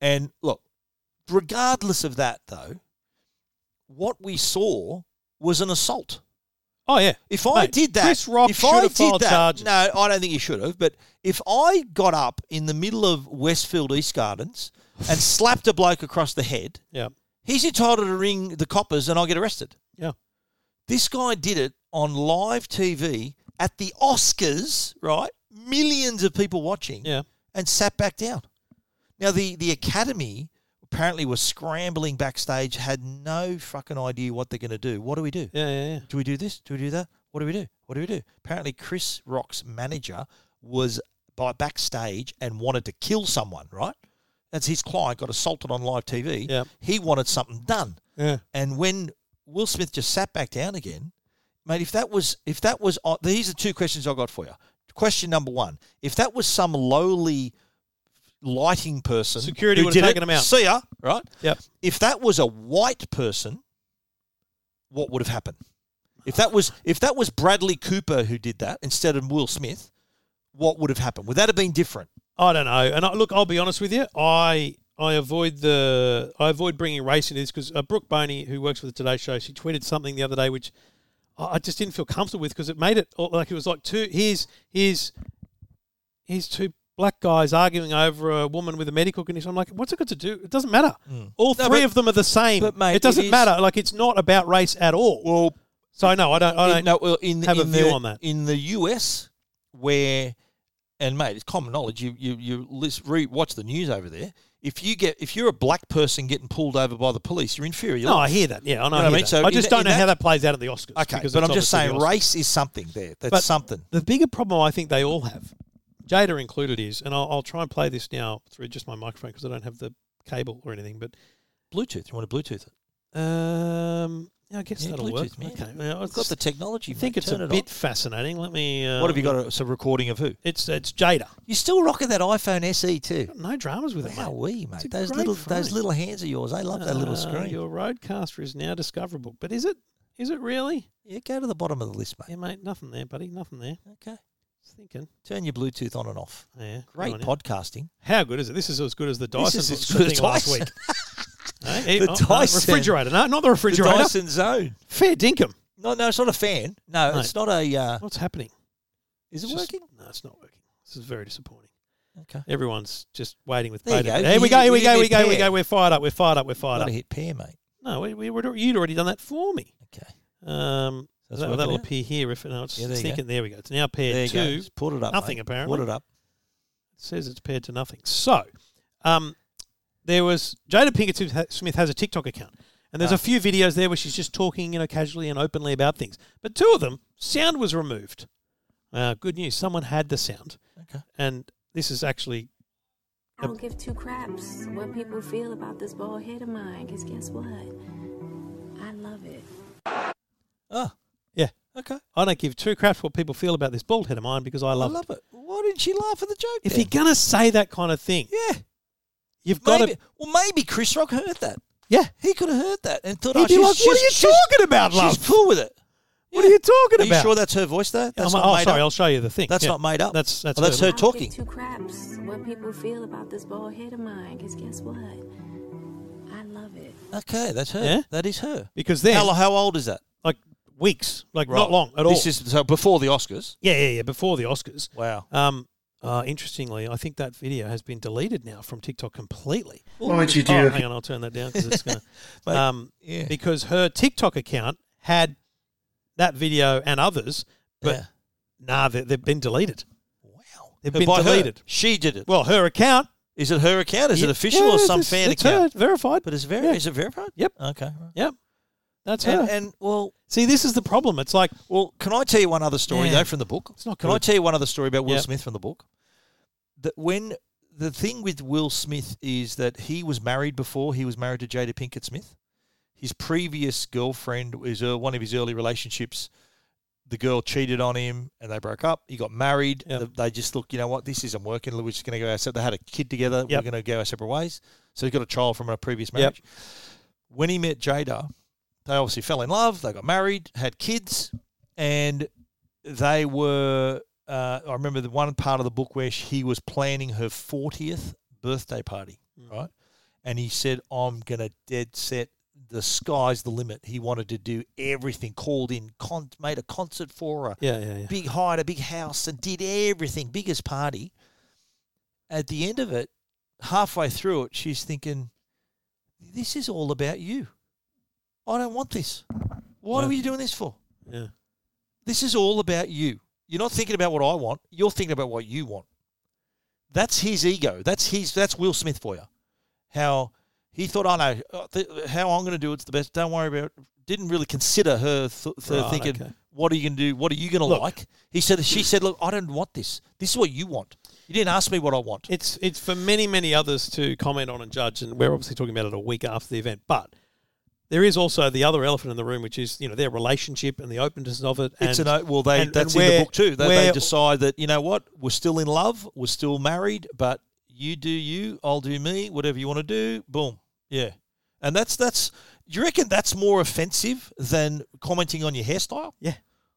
Speaker 2: And look, regardless of that, though, what we saw was an assault.
Speaker 1: Oh yeah.
Speaker 2: If I
Speaker 1: Mate,
Speaker 2: did that,
Speaker 1: Chris Rock
Speaker 2: if
Speaker 1: should
Speaker 2: I
Speaker 1: have
Speaker 2: did
Speaker 1: filed
Speaker 2: that,
Speaker 1: charges.
Speaker 2: no, I don't think you should have. But if I got up in the middle of Westfield East Gardens
Speaker 1: *laughs*
Speaker 2: and slapped a bloke across the head,
Speaker 1: Yeah.
Speaker 2: he's entitled to ring the coppers and I get arrested.
Speaker 1: Yeah.
Speaker 2: This guy did it on live TV at the Oscars, right? Millions of people watching,
Speaker 1: Yeah.
Speaker 2: and sat back down. Now the the Academy apparently was scrambling backstage, had no fucking idea what they're going to do. What do we do?
Speaker 1: Yeah. Yeah. Yeah.
Speaker 2: Do we do this? Do we do that? What do we do? What do we do? Apparently, Chris Rock's manager was by backstage and wanted to kill someone. Right? That's his client got assaulted on live TV.
Speaker 1: Yeah.
Speaker 2: He wanted something done,
Speaker 1: yeah.
Speaker 2: and when Will Smith just sat back down again, mate. If that was if that was on- these are two questions I got for you. Question number one: If that was some lowly lighting person,
Speaker 1: Security
Speaker 2: who
Speaker 1: would've
Speaker 2: did it,
Speaker 1: taken him out.
Speaker 2: See ya, right?
Speaker 1: Yep.
Speaker 2: if that was a white person, what would have happened? If that was if that was Bradley Cooper who did that instead of Will Smith, what would have happened? Would that have been different?
Speaker 1: I don't know. And I, look, I'll be honest with you. I I avoid the I avoid bringing race into this because uh, Brooke Boney, who works for the Today Show, she tweeted something the other day which I, I just didn't feel comfortable with because it made it all- like it was like two here's here's here's two black guys arguing over a woman with a medical condition. I'm like, what's it got to do? It doesn't matter. All
Speaker 2: No,
Speaker 1: three
Speaker 2: but-
Speaker 1: of them are the same.
Speaker 2: but, mate,
Speaker 1: it doesn't
Speaker 2: it is-
Speaker 1: matter. Like it's not about race at all.
Speaker 2: Well,
Speaker 1: so no, I don't. I don't.
Speaker 2: in, no, well, in,
Speaker 1: have a
Speaker 2: in
Speaker 1: view
Speaker 2: the,
Speaker 1: on that.
Speaker 2: In the US, where and mate, it's common knowledge. You you you list, re, watch the news over there. If you get if you're a black person getting pulled over by the police, you're inferior.
Speaker 1: no, I hear that. Yeah, I know.
Speaker 2: You know what I
Speaker 1: I,
Speaker 2: mean?
Speaker 1: mean?
Speaker 2: So
Speaker 1: I
Speaker 2: in
Speaker 1: just
Speaker 2: that-
Speaker 1: don't
Speaker 2: in
Speaker 1: know
Speaker 2: that-
Speaker 1: how that plays out at the Oscars.
Speaker 2: okay,
Speaker 1: because
Speaker 2: but
Speaker 1: it's
Speaker 2: I'm just
Speaker 1: obviously the
Speaker 2: saying
Speaker 1: Oscars.
Speaker 2: race is something there. That's
Speaker 1: But-
Speaker 2: something.
Speaker 1: The bigger problem I think they all have, Jada included, is, and I'll, I'll try and play this now through just my microphone because I don't have the cable or anything, but
Speaker 2: Bluetooth. You want to Bluetooth it?
Speaker 1: um, yeah, I guess
Speaker 2: Yeah,
Speaker 1: that'll work.
Speaker 2: Bluetooth, man.
Speaker 1: Okay. Well,
Speaker 2: It's got the technology.
Speaker 1: I think
Speaker 2: mate.
Speaker 1: it's
Speaker 2: Turn
Speaker 1: a
Speaker 2: it
Speaker 1: bit
Speaker 2: on.
Speaker 1: fascinating. Let me. Uh,
Speaker 2: What have you got? It's a recording of who?
Speaker 1: It's it's Jada.
Speaker 2: You're still rocking that iPhone SE too.
Speaker 1: No dramas with it.
Speaker 2: Wow,
Speaker 1: mate.
Speaker 2: we
Speaker 1: It's
Speaker 2: mate.
Speaker 1: a
Speaker 2: Those
Speaker 1: great
Speaker 2: little those
Speaker 1: phone.
Speaker 2: little hands of yours. I love that little
Speaker 1: Uh,
Speaker 2: screen.
Speaker 1: Your roadcaster is now discoverable, but is it? Is it really?
Speaker 2: Yeah, go to the bottom of the list, mate.
Speaker 1: Yeah, mate. Nothing there, buddy. Nothing there.
Speaker 2: Okay.
Speaker 1: Just thinking.
Speaker 2: Turn your Bluetooth on and off.
Speaker 1: Yeah.
Speaker 2: Great
Speaker 1: go on, yeah.
Speaker 2: podcasting.
Speaker 1: How good is it? This is as good as the
Speaker 2: This
Speaker 1: Dyson
Speaker 2: is as good as
Speaker 1: thing last
Speaker 2: Dyson.
Speaker 1: week. *laughs* Eh?
Speaker 2: The
Speaker 1: Oh, no,
Speaker 2: Dyson.
Speaker 1: refrigerator. No, not the
Speaker 2: The
Speaker 1: refrigerator.
Speaker 2: Dyson Zone.
Speaker 1: Fair dinkum.
Speaker 2: No, no, it's not a fan. No,
Speaker 1: No.
Speaker 2: it's not a. Uh,
Speaker 1: What's happening?
Speaker 2: is it
Speaker 1: It's just-
Speaker 2: working?
Speaker 1: No, it's not working. This is very disappointing.
Speaker 2: Okay.
Speaker 1: Everyone's just waiting with
Speaker 2: There you
Speaker 1: bated breath.
Speaker 2: go.
Speaker 1: Here we
Speaker 2: You-
Speaker 1: go, here we
Speaker 2: you
Speaker 1: go,
Speaker 2: did
Speaker 1: we go, we
Speaker 2: pair.
Speaker 1: go. We're fired up. We're fired up. We're fired
Speaker 2: Got
Speaker 1: up.
Speaker 2: to hit pair, mate.
Speaker 1: No, we, we, we'd- you'd already done that for me.
Speaker 2: Okay.
Speaker 1: Um,
Speaker 2: So it's
Speaker 1: that,
Speaker 2: working
Speaker 1: will
Speaker 2: out.
Speaker 1: appear if it, no, it's,
Speaker 2: Yeah, there
Speaker 1: it's
Speaker 2: you go.
Speaker 1: thinking. There we go. It's now pair
Speaker 2: There you go.
Speaker 1: two. It
Speaker 2: Just Put it up.
Speaker 1: nothing
Speaker 2: mate.
Speaker 1: apparently.
Speaker 2: Put it up.
Speaker 1: says it's paired to nothing. So, um, there was Jada Pinkett Smith- Smith has a TikTok account, and there's
Speaker 2: Ah.
Speaker 1: a few videos there where she's just talking, you know, casually and openly about things. But two of them, sound was removed. Uh, good news. Someone had the sound,
Speaker 2: Okay.
Speaker 1: and this is actually
Speaker 3: I don't give two craps what people feel about this bald head of mine, because guess what? I love it.
Speaker 2: Oh,
Speaker 1: yeah.
Speaker 2: okay.
Speaker 1: I don't give two craps what people feel about this bald head of mine because I
Speaker 2: I
Speaker 1: love,
Speaker 2: love
Speaker 1: it.
Speaker 2: it. Why didn't she laugh at the joke?
Speaker 1: If
Speaker 2: then?
Speaker 1: you're gonna say that kind of thing,
Speaker 2: yeah,
Speaker 1: you've got
Speaker 2: maybe.
Speaker 1: to.
Speaker 2: Well, maybe Chris Rock heard that.
Speaker 1: Yeah.
Speaker 2: He could have heard that and thought,
Speaker 1: He'd
Speaker 2: oh,
Speaker 1: be
Speaker 2: she's,
Speaker 1: like, "What are
Speaker 2: she's-
Speaker 1: you
Speaker 2: she's-
Speaker 1: talking about, love?
Speaker 2: She's cool with it.
Speaker 1: What are you talking
Speaker 2: Are you
Speaker 1: about?
Speaker 2: sure that's her vovoice though? That's
Speaker 1: I'm-
Speaker 2: not
Speaker 1: oh,
Speaker 2: made
Speaker 1: sorry.
Speaker 2: up.
Speaker 1: I'll show you the thing.
Speaker 2: That's
Speaker 1: Yeah.
Speaker 2: not made up.
Speaker 1: That's that's
Speaker 2: Oh, that's
Speaker 1: her.
Speaker 2: her
Speaker 3: I don't
Speaker 2: talking.
Speaker 3: give two craps what people feel about this bald head of mine, because guess what? I love it.
Speaker 2: Okay, that's her.
Speaker 1: Yeah?
Speaker 2: That is her.
Speaker 1: Because then,
Speaker 2: how, how old is that?
Speaker 1: like weeks, like
Speaker 2: Right.
Speaker 1: not long at all.
Speaker 2: This is so before the Oscars.
Speaker 1: yeah, yeah, yeah. Before the Oscars.
Speaker 2: Wow.
Speaker 1: Um, uh, interestingly, I think that video has been deleted now from TikTok completely.
Speaker 4: Why don't you do
Speaker 1: Oh,
Speaker 4: a
Speaker 1: hang on, I'll turn that down because it's gonna.
Speaker 2: *laughs* Mate,
Speaker 1: um,
Speaker 2: yeah.
Speaker 1: because her TikTok account had that video and others, but
Speaker 2: Yeah.
Speaker 1: nah, they, they've been deleted.
Speaker 2: Wow.
Speaker 1: They've
Speaker 2: But
Speaker 1: been
Speaker 2: by her,
Speaker 1: deleted.
Speaker 2: she did it.
Speaker 1: Well, her account
Speaker 2: Is it her account? Is it
Speaker 1: Yeah,
Speaker 2: official
Speaker 1: yeah,
Speaker 2: or some
Speaker 1: it's-
Speaker 2: fan
Speaker 1: it's
Speaker 2: account?
Speaker 1: her, verified,
Speaker 2: But it's very.
Speaker 1: Yeah.
Speaker 2: Is it verified?
Speaker 1: Yep.
Speaker 2: Okay. right.
Speaker 1: Yep, that's her.
Speaker 2: And, and well,
Speaker 1: See, this is the problem. It's like
Speaker 2: well, can I tell you one other story
Speaker 1: Yeah.
Speaker 2: though from the book?
Speaker 1: It's not
Speaker 2: Can I
Speaker 1: good.
Speaker 2: tell you one other story about Will
Speaker 1: Yeah.
Speaker 2: Smith from the book? That when the thing with Will Smith is that he was married before he was married to Jada Pinkett Smith. His previous girlfriend was uh, one of his early relationships. The girl cheated on him, and they broke up. He got married.
Speaker 1: Yep.
Speaker 2: Th- They just look, you know what? This isn't working. We're just going to go our separate. They had a kid together.
Speaker 1: Yep.
Speaker 2: We're going to go our separate ways. So he got a child from a previous
Speaker 1: Yep.
Speaker 2: marriage. When he met Jada, they obviously fell in love. They got married, had kids, and they were. Uh, I remember the one part of the book where he was planning her fortieth birthday party, right? And he said, "I'm gonna dead set the sky's the limit." He wanted to do everything. Called in, con- made a concert for her,
Speaker 1: yeah, yeah, yeah.
Speaker 2: big hired a big house, and did everything. Biggest party. At the end of it, halfway through it, she's thinking, "This is all about you. I don't want this. What
Speaker 1: Yeah.
Speaker 2: are you doing this for?"
Speaker 1: yeah.
Speaker 2: this is all about you. You're not thinking about what I want. You're thinking about what you want. That's his ego. That's his. That's Will Smith for you. How he thought, I know uh, th- how I'm going to do it's the best. Don't worry about. It. Didn't really consider her th- th-
Speaker 1: Right,
Speaker 2: thinking.
Speaker 1: okay.
Speaker 2: What are you going to do? What are you going to
Speaker 1: Look.
Speaker 2: like? He said. She said, "Look, I don't want this. This is what you want. You didn't ask me what I want."
Speaker 1: It's it's for many many others to comment on and judge, and we're obviously talking about it a week after the event. But there is also the other elephant in the room, which is you know their relationship and the openness of it.
Speaker 2: It's
Speaker 1: and,
Speaker 2: an o- well. They
Speaker 1: and- and
Speaker 2: that's in
Speaker 1: where-
Speaker 2: the book too. They, they
Speaker 1: where-
Speaker 2: decide that you know what we're still in love, we're still married, but you do you, I'll do me, whatever you want to do. Boom, yeah. And that's that's. Do you reckon that's more offensive than commenting on your hairstyle?
Speaker 1: Yeah.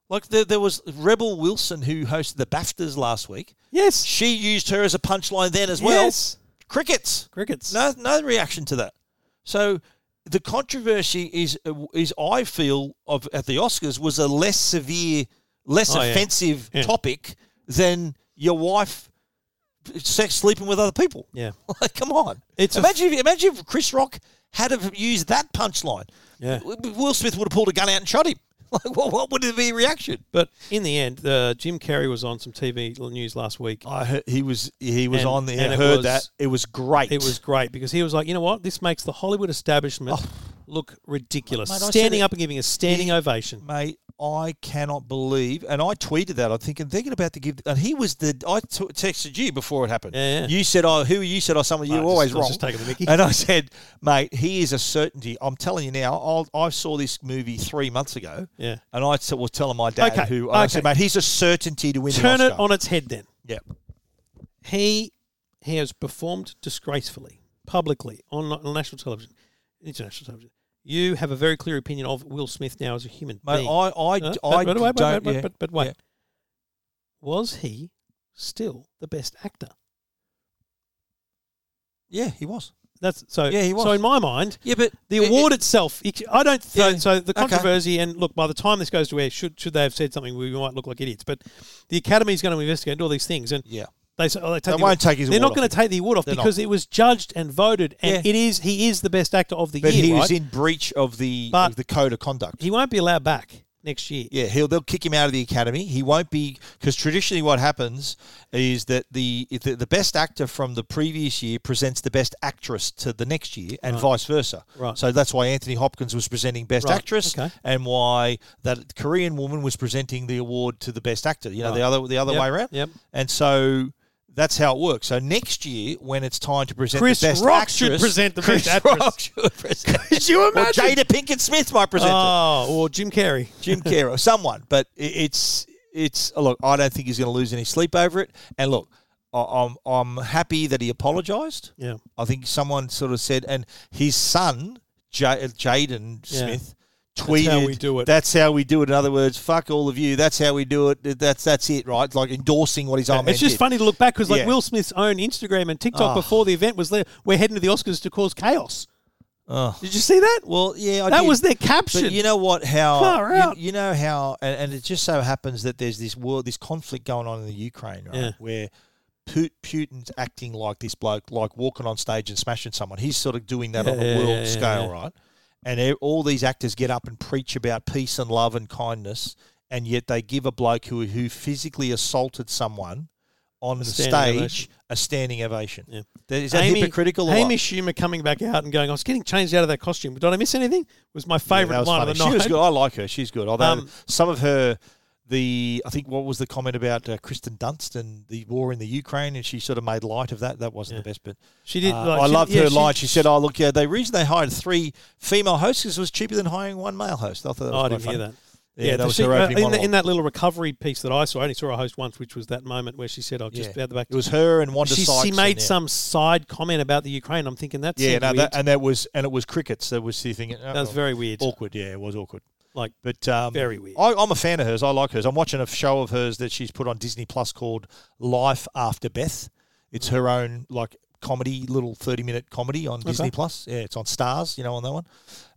Speaker 2: Like there, there was Rebel Wilson who hosted the Baftas last week.
Speaker 1: Yes.
Speaker 2: She used her as a punchline then as well.
Speaker 1: Yes.
Speaker 2: Crickets.
Speaker 1: Crickets.
Speaker 2: No, no reaction to that. So the controversy is is I feel of at the Oscars was a less severe, less
Speaker 1: Oh, yeah.
Speaker 2: offensive
Speaker 1: Yeah.
Speaker 2: topic than your wife sex sleeping with other people.
Speaker 1: Yeah.
Speaker 2: *laughs* Like, come on.
Speaker 1: It's a-
Speaker 2: imagine if, imagine if Chris Rock had have used that punchline.
Speaker 1: Yeah.
Speaker 2: Will Smith would have pulled a gun out and shot him. *laughs* Like, what, what would have been the reaction?
Speaker 1: But in the end, uh, Jim Carrey was on some TV news last week.
Speaker 2: I heard, he was he was
Speaker 1: And-
Speaker 2: on the.
Speaker 1: and
Speaker 2: I
Speaker 1: it
Speaker 2: heard
Speaker 1: was-
Speaker 2: that it was great.
Speaker 1: It was great because he was like, you know what, this makes the Hollywood establishment look ridiculous.
Speaker 2: Mate, Oh. I said
Speaker 1: standing
Speaker 2: it-
Speaker 1: up and giving a standing
Speaker 2: He-
Speaker 1: ovation.
Speaker 2: mate. I cannot believe, and I tweeted that. I'm thinking, thinking about to give, and he was the. I t- texted you before it happened.
Speaker 1: Yeah, yeah.
Speaker 2: You said, "Oh, who are you?" Said, "Oh, someone you
Speaker 1: Mate,
Speaker 2: were always
Speaker 1: just- I was
Speaker 2: wrong."
Speaker 1: just taking the mickey.
Speaker 2: And I said, "Mate, he is a certainty." I'm telling you now. I'll, I saw this movie three months ago.
Speaker 1: Yeah.
Speaker 2: and I t- was telling my dad
Speaker 1: Okay,
Speaker 2: who. and I said,
Speaker 1: okay.
Speaker 2: "Mate, he's a certainty to win."
Speaker 1: Turn
Speaker 2: the
Speaker 1: it
Speaker 2: Oscar.
Speaker 1: on its head then.
Speaker 2: Yeah,
Speaker 1: he he has performed disgracefully publicly on, on national television, international television. You have a very clear opinion of Will Smith now as a human
Speaker 2: mate.
Speaker 1: being.
Speaker 2: I, I,
Speaker 1: Huh? but,
Speaker 2: I
Speaker 1: but wait,
Speaker 2: don't.
Speaker 1: but, but,
Speaker 2: yeah.
Speaker 1: but, but wait,
Speaker 2: Yeah.
Speaker 1: was he still the best actor?
Speaker 2: Yeah, he was.
Speaker 1: That's so.
Speaker 2: Yeah, he was.
Speaker 1: So in my mind,
Speaker 2: Yeah, but
Speaker 1: the award itself, it- I don't. So,
Speaker 2: Yeah,
Speaker 1: so the
Speaker 2: okay.
Speaker 1: controversy and look, by the time this goes to air, should should they have said something, we might look like idiots. But the Academy is going to investigate and do all these things, and
Speaker 2: yeah,
Speaker 1: They say, oh, they, take
Speaker 2: They
Speaker 1: the
Speaker 2: won't
Speaker 1: award.
Speaker 2: take his
Speaker 1: They're
Speaker 2: award
Speaker 1: not
Speaker 2: off
Speaker 1: going
Speaker 2: him.
Speaker 1: to take the award off
Speaker 2: They're not.
Speaker 1: because it was judged and voted, and
Speaker 2: Yeah.
Speaker 1: it is he is the best actor of the
Speaker 2: But
Speaker 1: year.
Speaker 2: he was
Speaker 1: right?
Speaker 2: in breach of the
Speaker 1: But-
Speaker 2: of the code of conduct.
Speaker 1: he won't be allowed back next year.
Speaker 2: yeah, he'll they'll kick him out of the academy. He won't be because traditionally what happens is that the, if the the best actor from the previous year presents the best actress to the next year, and vice versa.
Speaker 1: Right.
Speaker 2: So that's why Anthony Hopkins was presenting best
Speaker 1: Right,
Speaker 2: actress,
Speaker 1: okay.
Speaker 2: and why that Korean woman was presenting the award to the best actor. You know the other the other
Speaker 1: Yep,
Speaker 2: way around.
Speaker 1: yep.
Speaker 2: And so. That's how it works. So next year, when it's time to present
Speaker 1: Chris
Speaker 2: the best
Speaker 1: Rock
Speaker 2: actress,
Speaker 1: should present the
Speaker 2: Chris
Speaker 1: best actress.
Speaker 2: Rock should present.
Speaker 1: *laughs* Could you
Speaker 2: Or
Speaker 1: imagine?
Speaker 2: Jada Pinkett Smith might present it.
Speaker 1: Oh, or Jim Carrey.
Speaker 2: Jim Carrey or someone. But i- it's it's oh, look. I don't think he's going to lose any sleep over it. And look, I- I'm I'm happy that he apologised.
Speaker 1: Yeah.
Speaker 2: I think someone sort of said, and his son J- Jaden
Speaker 1: Yeah.
Speaker 2: Smith. Tweeted,
Speaker 1: That's how we do it.
Speaker 2: That's how we do it. In other words, fuck all of you. That's how we do it. That's that's it, right? Like endorsing what his old Oh, man
Speaker 1: it's just
Speaker 2: did.
Speaker 1: funny to look back because, like,
Speaker 2: Yeah.
Speaker 1: Will Smith's own Instagram and TikTok before the event was there. We're heading to the Oscars to cause chaos.
Speaker 2: Oh.
Speaker 1: Did you see that?
Speaker 2: Well, yeah, I
Speaker 1: that
Speaker 2: did.
Speaker 1: was their caption.
Speaker 2: But you know what? How
Speaker 1: Far
Speaker 2: you-
Speaker 1: out.
Speaker 2: You, know how, and, and it just so happens that there's this world, this conflict going on in the Ukraine, right?
Speaker 1: Yeah.
Speaker 2: Where Pu- Putin's acting like this bloke, like walking on stage and smashing someone. He's sort of doing that on a
Speaker 1: yeah,
Speaker 2: world
Speaker 1: yeah, yeah,
Speaker 2: scale,
Speaker 1: yeah.
Speaker 2: right? And e- all these actors get up and preach about peace and love and kindness, and yet they give a bloke who who physically assaulted someone on the
Speaker 1: standing
Speaker 2: stage
Speaker 1: ovation.
Speaker 2: a standing ovation.
Speaker 1: Yeah.
Speaker 2: Is that hypocritical? or what?
Speaker 1: Amy Schumer coming back out and going, I was getting changed out of that costume. Did I miss anything? Was my
Speaker 2: Yeah,
Speaker 1: favourite
Speaker 2: that was
Speaker 1: line
Speaker 2: funny.
Speaker 1: of the night. Oh,
Speaker 2: She
Speaker 1: *laughs*
Speaker 2: was good. I like her. She's good. Although
Speaker 1: Um,
Speaker 2: some of her, the I think what was the comment about uh, Kristen Dunst and the war in the Ukraine, and she sort of made light of that. That wasn't the best bit.
Speaker 1: She did.
Speaker 2: Uh,
Speaker 1: like,
Speaker 2: I
Speaker 1: she-
Speaker 2: loved
Speaker 1: yeah,
Speaker 2: her line. She said, "Oh look, yeah, the reason they hired three female hosts is it was cheaper than hiring one male host." I thought that was
Speaker 1: Oh, I
Speaker 2: quite
Speaker 1: didn't hear
Speaker 2: funny.
Speaker 1: that.
Speaker 2: Yeah, that
Speaker 1: the-
Speaker 2: was
Speaker 1: she-
Speaker 2: her
Speaker 1: uh,
Speaker 2: opening
Speaker 1: in, the-
Speaker 2: monologue.
Speaker 1: in that little recovery piece that I saw. I only saw a host once, which was that moment where she said, "I've just
Speaker 2: Yeah.
Speaker 1: be out the back."
Speaker 2: It was her and Wanda
Speaker 1: she,
Speaker 2: Sykes.
Speaker 1: she
Speaker 2: and,
Speaker 1: made
Speaker 2: yeah.
Speaker 1: some side comment about the Ukraine. I'm thinking that's
Speaker 2: Yeah, no,
Speaker 1: weird.
Speaker 2: that, and that was and it was crickets. That was the thing.
Speaker 1: that was very weird.
Speaker 2: awkward. Yeah, it was awkward.
Speaker 1: Like
Speaker 2: But um,
Speaker 1: Very weird.
Speaker 2: I, I'm a fan of hers. I like hers. I'm watching a show of hers that she's put on Disney Plus called Life After Beth.
Speaker 1: Mm.
Speaker 2: It's her own like comedy, little 30 minute comedy on Disney Plus. Yeah, it's on Stars. You know, on that one.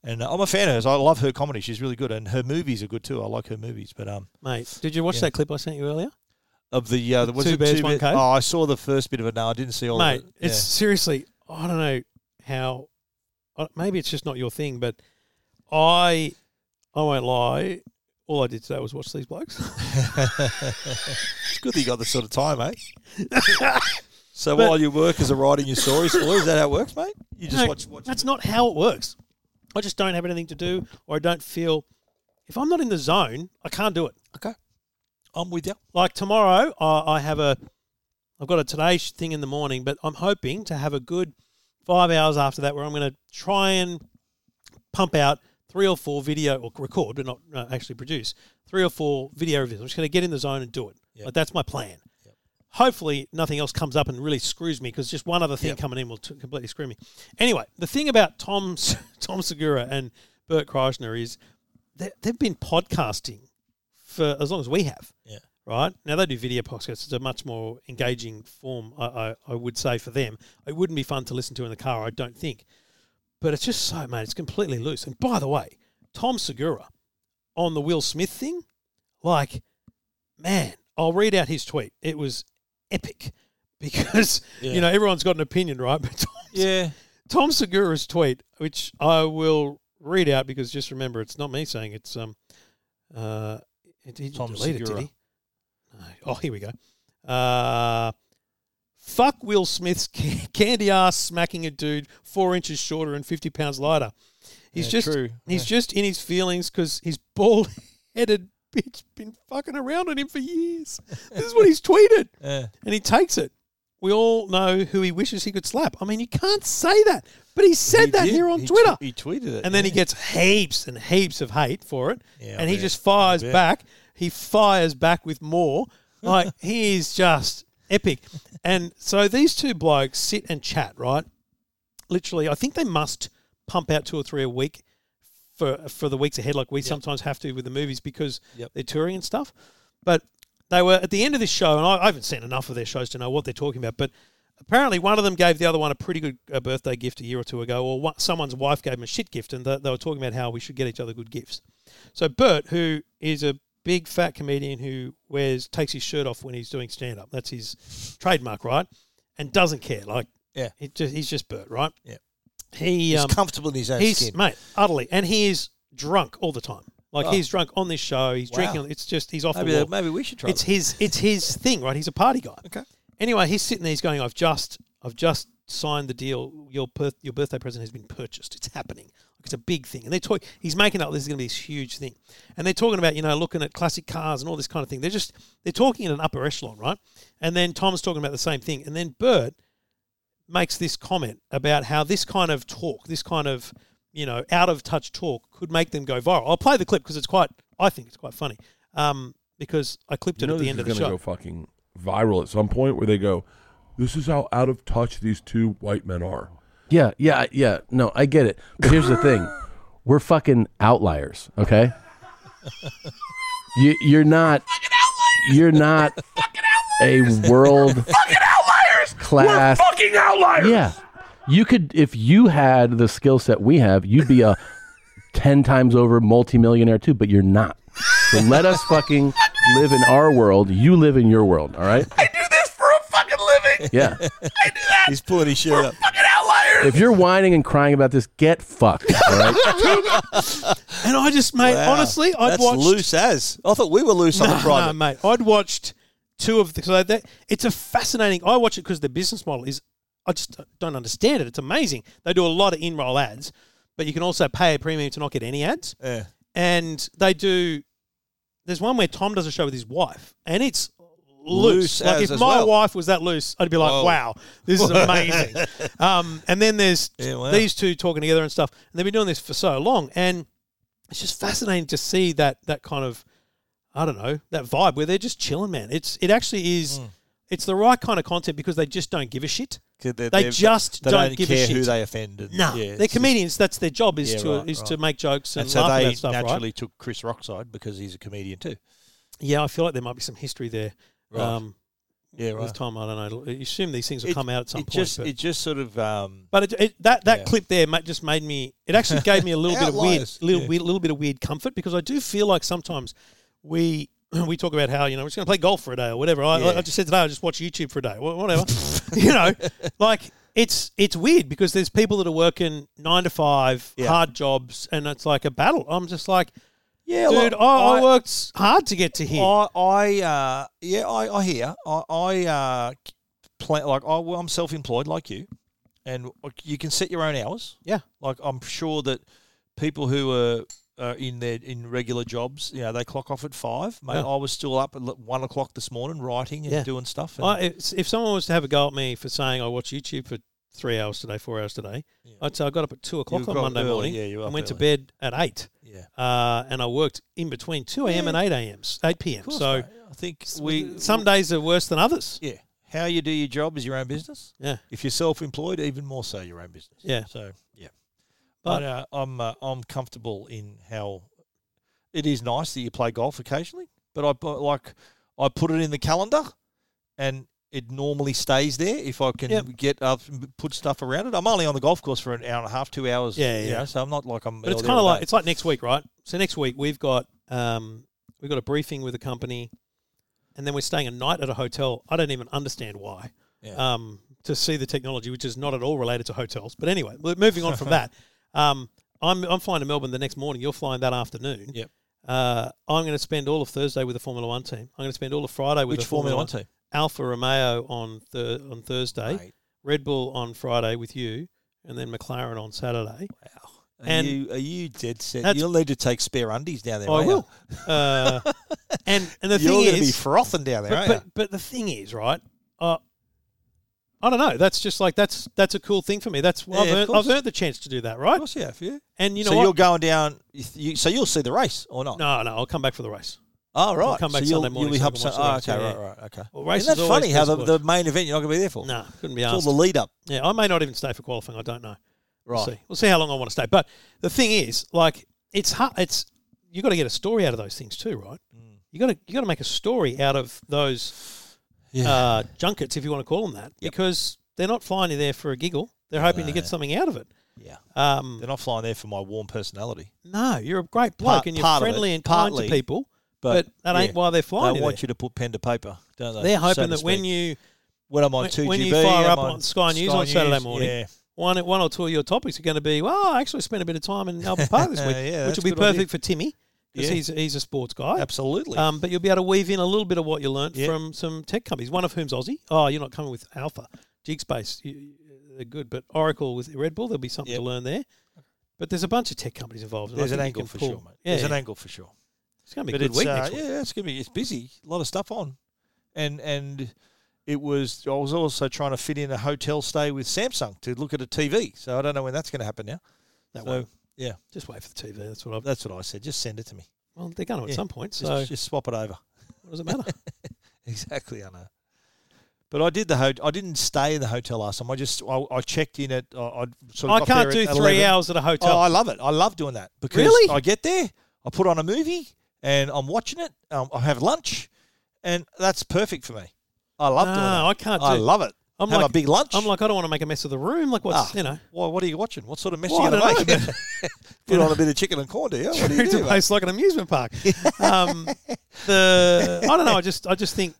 Speaker 2: And uh, I'm a fan of hers. I love her comedy. She's really good, and her movies are good too. I like her movies. But um,
Speaker 1: mate, did you watch
Speaker 2: Yeah.
Speaker 1: that clip I sent you earlier?
Speaker 2: of the uh, was
Speaker 1: Two
Speaker 2: it
Speaker 1: Bears,
Speaker 2: two
Speaker 1: One
Speaker 2: Bears-
Speaker 1: Cave?
Speaker 2: Oh, I saw the first bit of it. No, I didn't see all.
Speaker 1: Mate,
Speaker 2: of it.
Speaker 1: it's seriously. I don't know how. uh, Maybe it's just not your thing, but I, I won't lie. All I did today was watch these blokes.
Speaker 2: Yeah. it's good that you got this sort of time, eh?
Speaker 1: *laughs*
Speaker 2: so while you work as a writer, your stories, or is that how it works, mate? You just
Speaker 1: No,
Speaker 2: watch watch
Speaker 1: That's not how it works. I just don't have anything to do, or I don't feel. If I'm not in the zone, I can't do it.
Speaker 2: Okay. I'm with you.
Speaker 1: Like tomorrow, I, I have a, I've got a today sh- thing in the morning, but I'm hoping to have a good five hours after that, where I'm going to try and pump out three or four video or record, but not uh, actually produce three or four video reviews. I'm just going to get in the zone and do it.
Speaker 2: Yep.
Speaker 1: Like that's my plan. Hopefully, nothing else comes up and really screws me because just one other thing coming in will t- completely screw me. Anyway, the thing about Tom S- *laughs* Tom Segura and Bert Kreischer is they, they've been podcasting for as long as we have
Speaker 2: Yeah.
Speaker 1: right? Now they do video podcasts. It's a much more engaging form, I, I, I would say, for them. It wouldn't be fun to listen to in the car, I don't think. But it's just so, mate, it's completely loose. And by the way, Tom Segura on the Will Smith thing, like, man, I'll read out his tweet. It was epic *laughs* because,
Speaker 2: Yeah.
Speaker 1: you know, everyone's got an opinion, right? *laughs* But Tom,
Speaker 2: Yeah.
Speaker 1: Tom Segura's tweet, which I will read out because just remember, it's not me saying it, it's um, uh, it, he didn't
Speaker 2: Tom
Speaker 1: delete it, did
Speaker 2: Segura.
Speaker 1: he? No. Oh, here we go. Uh, fuck Will Smith's *laughs* ca- candy ass smacking a dude four inches shorter and fifty pounds lighter. He's
Speaker 2: Yeah,
Speaker 1: just
Speaker 2: true.
Speaker 1: he's just in his feelings because his bald headed *laughs* bitch been fucking around on him for years. this is what he's tweeted
Speaker 2: Yeah.
Speaker 1: and he takes it. We all know who he wishes he could slap. I mean, you can't say that, but he said
Speaker 2: He
Speaker 1: that
Speaker 2: did.
Speaker 1: here on
Speaker 2: He tw-
Speaker 1: Twitter.
Speaker 2: he tweeted it.
Speaker 1: and then he
Speaker 2: yeah.
Speaker 1: gets heaps and heaps of hate for it.
Speaker 2: Yeah, I
Speaker 1: and he
Speaker 2: bet.
Speaker 1: just fires
Speaker 2: I bet.
Speaker 1: back. He fires back with more. Like, he is just epic. And so these two blokes sit and chat, right? Literally, I think they must pump out two or three a week for for the weeks ahead, like we sometimes have to with the movies because
Speaker 2: Yep.
Speaker 1: they're touring and stuff. But they were at the end of this show, and I, I haven't seen enough of their shows to know what they're talking about. But apparently, one of them gave the other one a pretty good uh, birthday gift a year or two ago, or one, someone's wife gave him a shit gift, and they, they were talking about how we should get each other good gifts. So Bert, who is a big fat comedian who wears takes his shirt off when he's doing stand up. That's his trademark, right? And doesn't care. Like
Speaker 2: Yeah.
Speaker 1: he just, he's just Bert, right?
Speaker 2: Yeah.
Speaker 1: He
Speaker 2: He's
Speaker 1: um,
Speaker 2: comfortable in his own
Speaker 1: he's
Speaker 2: skin.
Speaker 1: mate utterly, and he is drunk all the time. Like
Speaker 2: Oh.
Speaker 1: he's drunk on this show. He's
Speaker 2: Wow.
Speaker 1: drinking. It's just he's off
Speaker 2: maybe,
Speaker 1: the
Speaker 2: that-
Speaker 1: wall.
Speaker 2: maybe we should try.
Speaker 1: It's
Speaker 2: that.
Speaker 1: his. It's his thing, right? He's a party guy.
Speaker 2: Okay.
Speaker 1: Anyway, he's sitting there. He's going, "I've just, I've just signed the deal. Your birth, your birthday present has been purchased. It's happening. It's a big thing." And they're talking. He's making up. This is going to be this huge thing. And they're talking about, you know, looking at classic cars and all this kind of thing. They're just, they're talking in an upper echelon, right? And then Tom's talking about the same thing. And then Bert makes this comment about how this kind of talk, this kind of you know out of touch talk, could make them go viral. I'll play the clip because it's quite. I think it's quite funny um, because I clipped
Speaker 4: You
Speaker 1: it
Speaker 4: know
Speaker 1: at the
Speaker 4: this
Speaker 1: end
Speaker 4: is
Speaker 1: of the
Speaker 4: going
Speaker 1: show.
Speaker 4: to go fucking viral at some point where they go, "This is how out of touch these two white men are."
Speaker 5: Yeah, yeah, I- yeah. No, I get it. But here's the thing. We're fucking outliers, okay? You you're not you're not a world class
Speaker 4: Fucking outliers.
Speaker 5: Yeah. You could if you had the skill set we have, you'd be a 10 times over multimillionaire too, but you're not. So let us fucking live in our world. You live in your world, all right?
Speaker 4: I do this for a fucking living.
Speaker 5: Yeah.
Speaker 2: he's pulling his shirt up.
Speaker 4: Fucking outliers.
Speaker 5: If you're whining and crying about this, get fucked, all right?
Speaker 1: And I just, mate, *laughs*
Speaker 2: Wow.
Speaker 1: honestly, I'd
Speaker 2: That's
Speaker 1: watched.
Speaker 2: loose as. I thought we were
Speaker 1: *laughs*
Speaker 2: loose on the
Speaker 1: no,
Speaker 2: private.
Speaker 1: mate, I'd watched two of the. So that, it's a fascinating. I watch it because the business model is. I just don't understand it. It's amazing. They do a lot of in roll ads, but you can also pay a premium to not get any ads.
Speaker 2: Yeah.
Speaker 1: and they do. There's one where Tom does a show with his wife, and it's loose.
Speaker 2: Loose
Speaker 1: like
Speaker 2: as-
Speaker 1: if
Speaker 2: as
Speaker 1: my
Speaker 2: well.
Speaker 1: wife was that loose, I'd be like,
Speaker 2: Whoa.
Speaker 1: "Wow, this is
Speaker 2: *laughs*
Speaker 1: amazing." um, and then there's
Speaker 2: Yeah, wow.
Speaker 1: these two talking together and stuff, and they've been doing this for so long, and it's just fascinating to see that that kind of, I don't know, that vibe where they're just chilling, man. It's it actually is.
Speaker 2: Hmm.
Speaker 1: It's the right kind of content because they just don't give a shit.
Speaker 2: 'Cause they're-
Speaker 1: They
Speaker 2: they're-
Speaker 1: just
Speaker 2: they
Speaker 1: don't
Speaker 2: don't
Speaker 1: give a
Speaker 2: care
Speaker 1: shit.
Speaker 2: who they offend. and-
Speaker 1: No,
Speaker 2: yeah,
Speaker 1: they're
Speaker 2: it's just-
Speaker 1: comedians. That's their job is
Speaker 2: Yeah,
Speaker 1: to
Speaker 2: right,
Speaker 1: is to
Speaker 2: right.
Speaker 1: make jokes and,
Speaker 2: And so
Speaker 1: laugh
Speaker 2: they
Speaker 1: about stuff, right?
Speaker 2: naturally took Chris Rockside because he's a comedian too.
Speaker 1: Yeah, I feel like there might be some history there.
Speaker 2: Right.
Speaker 1: Um,
Speaker 2: Yeah,
Speaker 1: With time, I don't know. You assume these things will come out at some
Speaker 2: it
Speaker 1: point.
Speaker 2: Just,
Speaker 1: but
Speaker 2: it just sort of. Um,
Speaker 1: but it, it, that that
Speaker 2: Yeah.
Speaker 1: clip there ma- just made me. It actually gave me a
Speaker 2: *laughs*
Speaker 1: little bit of weird,
Speaker 2: Outliers,
Speaker 1: little
Speaker 2: yeah.
Speaker 1: weird, little bit of weird comfort because I do feel like sometimes we *clears throat* we talk about how you know we're just going to play golf for a day or whatever. I,
Speaker 2: Yeah.
Speaker 1: I just said today I just watch YouTube for a day, Wha-
Speaker 2: *laughs*
Speaker 1: whatever. *laughs* you know, like it's it's weird because there's people that are working nine to five,
Speaker 2: Yeah.
Speaker 1: hard jobs, and it's like a battle. I'm just like,
Speaker 2: yeah,
Speaker 1: dude, I, I, worked hard to get to here.
Speaker 2: I, I uh, yeah, I, I hear. I, I uh, plan like I, well, I'm self-employed like you, and like, you can set your own hours.
Speaker 1: Yeah.
Speaker 2: Like I'm sure that people who are uh, in their in regular jobs, you know, they clock off at five. Mate,
Speaker 1: Yeah.
Speaker 2: I was still up at l- one o'clock this morning writing and
Speaker 1: Yeah.
Speaker 2: doing stuff. And,
Speaker 1: I, if, if someone was to have a go at me for saying I watch YouTube for three hours today, four hours today, I'd say I got up at two o'clock
Speaker 2: were
Speaker 1: on
Speaker 2: up
Speaker 1: Monday
Speaker 2: early,
Speaker 1: morning
Speaker 2: yeah, you were
Speaker 1: and
Speaker 2: up
Speaker 1: went to
Speaker 2: early.
Speaker 1: bed at eight.
Speaker 2: yeah.
Speaker 1: Uh, and I worked in between 2 a.m. and 8 a.m. 8 p.m.
Speaker 2: Of course,
Speaker 1: so
Speaker 2: mate. I think
Speaker 1: we
Speaker 2: we
Speaker 1: uh, some days are worse than others.
Speaker 2: yeah. How you do your job is your own business.
Speaker 1: Yeah.
Speaker 2: If you're self-employed, even more so your own business.
Speaker 1: Yeah.
Speaker 2: So yeah,
Speaker 1: But-
Speaker 2: but uh, I'm uh, I'm comfortable in how it is nice that you play golf occasionally, but I bu- like I put it in the calendar, and it normally stays there if I can
Speaker 1: Yep.
Speaker 2: get up and put stuff around it. I'm only on the golf course for an hour and a half, two hours.
Speaker 1: Yeah,
Speaker 2: you
Speaker 1: yeah.
Speaker 2: know, so I'm not like I'm.
Speaker 1: But it's
Speaker 2: all
Speaker 1: kind of
Speaker 2: there all
Speaker 1: like
Speaker 2: day.
Speaker 1: it's like next week, right? So next week we've got um, we've got a briefing with a company, and then we're staying a night at a hotel. I don't even understand why.
Speaker 2: Yeah.
Speaker 1: Um, to see the technology, which is not at all related to hotels. But anyway, we're moving on from
Speaker 2: *laughs*
Speaker 1: that. Um, I'm I'm flying to Melbourne the next morning. You're flying that afternoon.
Speaker 2: Yep.
Speaker 1: Uh, I'm going to spend all of Thursday with the Formula One team. I'm going to spend all of Friday with
Speaker 2: which
Speaker 1: the Formula,
Speaker 2: Formula One team?
Speaker 1: Alpha Romeo on thir- on Thursday,
Speaker 2: Mate,
Speaker 1: Red Bull on Friday with you, and then McLaren on Saturday.
Speaker 2: wow. Are
Speaker 1: And-
Speaker 2: you are you dead set?
Speaker 1: That's-
Speaker 2: You'll need to take spare undies down there.
Speaker 1: Oh, I
Speaker 2: won't you?
Speaker 1: will. Uh,
Speaker 2: *laughs*
Speaker 1: and and the
Speaker 2: You're
Speaker 1: thing
Speaker 2: going to be
Speaker 1: is,
Speaker 2: frothing down there,
Speaker 1: but,
Speaker 2: aren't
Speaker 1: but but the thing is, right? Uh, I don't know. That's just like that's that's a cool thing for me. That's
Speaker 2: Yeah,
Speaker 1: I've,
Speaker 2: of
Speaker 1: earned,
Speaker 2: course.
Speaker 1: I've earned the chance to do that,
Speaker 2: you?
Speaker 1: right?
Speaker 2: Of course, yeah, yeah.
Speaker 1: And you know
Speaker 2: so
Speaker 1: what?
Speaker 2: you're going down. You, you, so you'll see the race or not?
Speaker 1: no, no, I'll come back for the race.
Speaker 2: Oh, right.
Speaker 1: come back
Speaker 2: so you'll,
Speaker 1: Sunday morning
Speaker 2: You'll be
Speaker 1: so I can
Speaker 2: up. Sun-
Speaker 1: watch the
Speaker 2: oh,
Speaker 1: race,
Speaker 2: okay,
Speaker 1: yeah.
Speaker 2: right, right, okay.
Speaker 1: Well, race
Speaker 2: Isn't
Speaker 1: is
Speaker 2: that
Speaker 1: always
Speaker 2: funny how the,
Speaker 1: best
Speaker 2: the
Speaker 1: watch.
Speaker 2: main event you're not going to be there for?
Speaker 1: No, couldn't be
Speaker 2: It's all
Speaker 1: asked.
Speaker 2: the lead up.
Speaker 1: yeah, I may not even stay for qualifying. I don't know.
Speaker 2: Right.
Speaker 1: We'll see. We'll see how long I want to stay. But the thing is, like, it's hard. It's you got to get a story out of those things too, right?
Speaker 2: Mm.
Speaker 1: You got to you got to make a story out of those
Speaker 2: Yeah.
Speaker 1: uh, junkets, if you want to call them that,
Speaker 2: Yep.
Speaker 1: because they're not flying you there for a giggle. They're hoping to get something out of it.
Speaker 2: yeah.
Speaker 1: Um,
Speaker 2: They're not flying there for my warm personality.
Speaker 1: no, you're a great bloke
Speaker 2: Part-
Speaker 1: and you're
Speaker 2: part of it,
Speaker 1: friendly and kind
Speaker 2: partly.
Speaker 1: to people. But,
Speaker 2: But,
Speaker 1: that ain't
Speaker 2: yeah,
Speaker 1: why they're flying.
Speaker 2: they
Speaker 1: you
Speaker 2: want
Speaker 1: there.
Speaker 2: you to put pen to paper, don't they?
Speaker 1: They're
Speaker 2: so
Speaker 1: hoping
Speaker 2: to
Speaker 1: that when
Speaker 2: speak?
Speaker 1: you
Speaker 2: when I'm on
Speaker 1: when-
Speaker 2: 2GB,
Speaker 1: when you fire
Speaker 2: I'm
Speaker 1: up on Sky News on Saturday morning,
Speaker 2: yeah.
Speaker 1: one one or two of your topics are going to be well. I actually spent a bit of time
Speaker 2: *laughs*
Speaker 1: in Albert Park this
Speaker 2: Yeah,
Speaker 1: week,
Speaker 2: Uh, yeah,
Speaker 1: which
Speaker 2: that's
Speaker 1: will
Speaker 2: a
Speaker 1: be
Speaker 2: good idea.
Speaker 1: perfect for Timmy because
Speaker 2: Yeah.
Speaker 1: he's he's a sports guy.
Speaker 2: absolutely.
Speaker 1: Um, but you'll be able to weave in a little bit of what you learnt
Speaker 2: Yeah.
Speaker 1: from some tech companies, one of whom's Aussie. Oh, you're not coming with Alpha, Jigspace. You, you- they're good, but Oracle with Red Bull, there'll be something
Speaker 2: Yep.
Speaker 1: to learn there. But there's a bunch of tech companies involved. and I
Speaker 2: There's an
Speaker 1: think you
Speaker 2: angle
Speaker 1: can
Speaker 2: for
Speaker 1: pull-
Speaker 2: sure, mate.
Speaker 1: Yeah,
Speaker 2: There's an
Speaker 1: yeah.
Speaker 2: angle for sure.
Speaker 1: it's going to be
Speaker 2: But
Speaker 1: a good
Speaker 2: it's
Speaker 1: week
Speaker 2: uh,
Speaker 1: next week.
Speaker 2: yeah, it's gonna be it's busy. A lot of stuff on, and and it was I was also trying to fit in a hotel stay with Samsung to look at a TV. So I don't know when that's going to happen now.
Speaker 1: That
Speaker 2: so,
Speaker 1: won't.
Speaker 2: yeah,
Speaker 1: Just wait for the TV. That's what I've.
Speaker 2: that's what I said. Just send it to me.
Speaker 1: Well, they're going to at
Speaker 2: Yeah.
Speaker 1: some point,
Speaker 2: Just,
Speaker 1: so
Speaker 2: just swap it over. *laughs*
Speaker 1: what does it matter?
Speaker 2: Exactly, I know. But I did the ho- I didn't stay in the hotel last time. I just I, I checked in at I, I sort of
Speaker 1: I
Speaker 2: got
Speaker 1: can't
Speaker 2: there
Speaker 1: do
Speaker 2: at
Speaker 1: three
Speaker 2: 11.
Speaker 1: hours at a
Speaker 2: Oh,
Speaker 1: hotel.
Speaker 2: I love it. I love doing that because
Speaker 1: Really?
Speaker 2: I get there, I put on a movie, and I'm watching it. Um, I have lunch, and that's perfect for me. I love doing
Speaker 1: No,
Speaker 2: that.
Speaker 1: Ah, I can't
Speaker 2: I
Speaker 1: do-
Speaker 2: love it.
Speaker 1: I'm
Speaker 2: have
Speaker 1: like-
Speaker 2: a big lunch.
Speaker 1: I'm like, I don't want to make a mess of the room. Like, what's
Speaker 2: Ah,
Speaker 1: you know?
Speaker 2: Why? What are you watching? What sort of mess
Speaker 1: Well,
Speaker 2: are you
Speaker 1: I
Speaker 2: going
Speaker 1: don't
Speaker 2: to
Speaker 1: know,
Speaker 2: make? *laughs* Put on a bit of chicken and corn, do
Speaker 1: *laughs*
Speaker 2: you? *laughs* What do you
Speaker 1: it's a
Speaker 2: do, mate?
Speaker 1: place like an amusement
Speaker 2: *laughs*
Speaker 1: park. um, the I don't know. I just I just think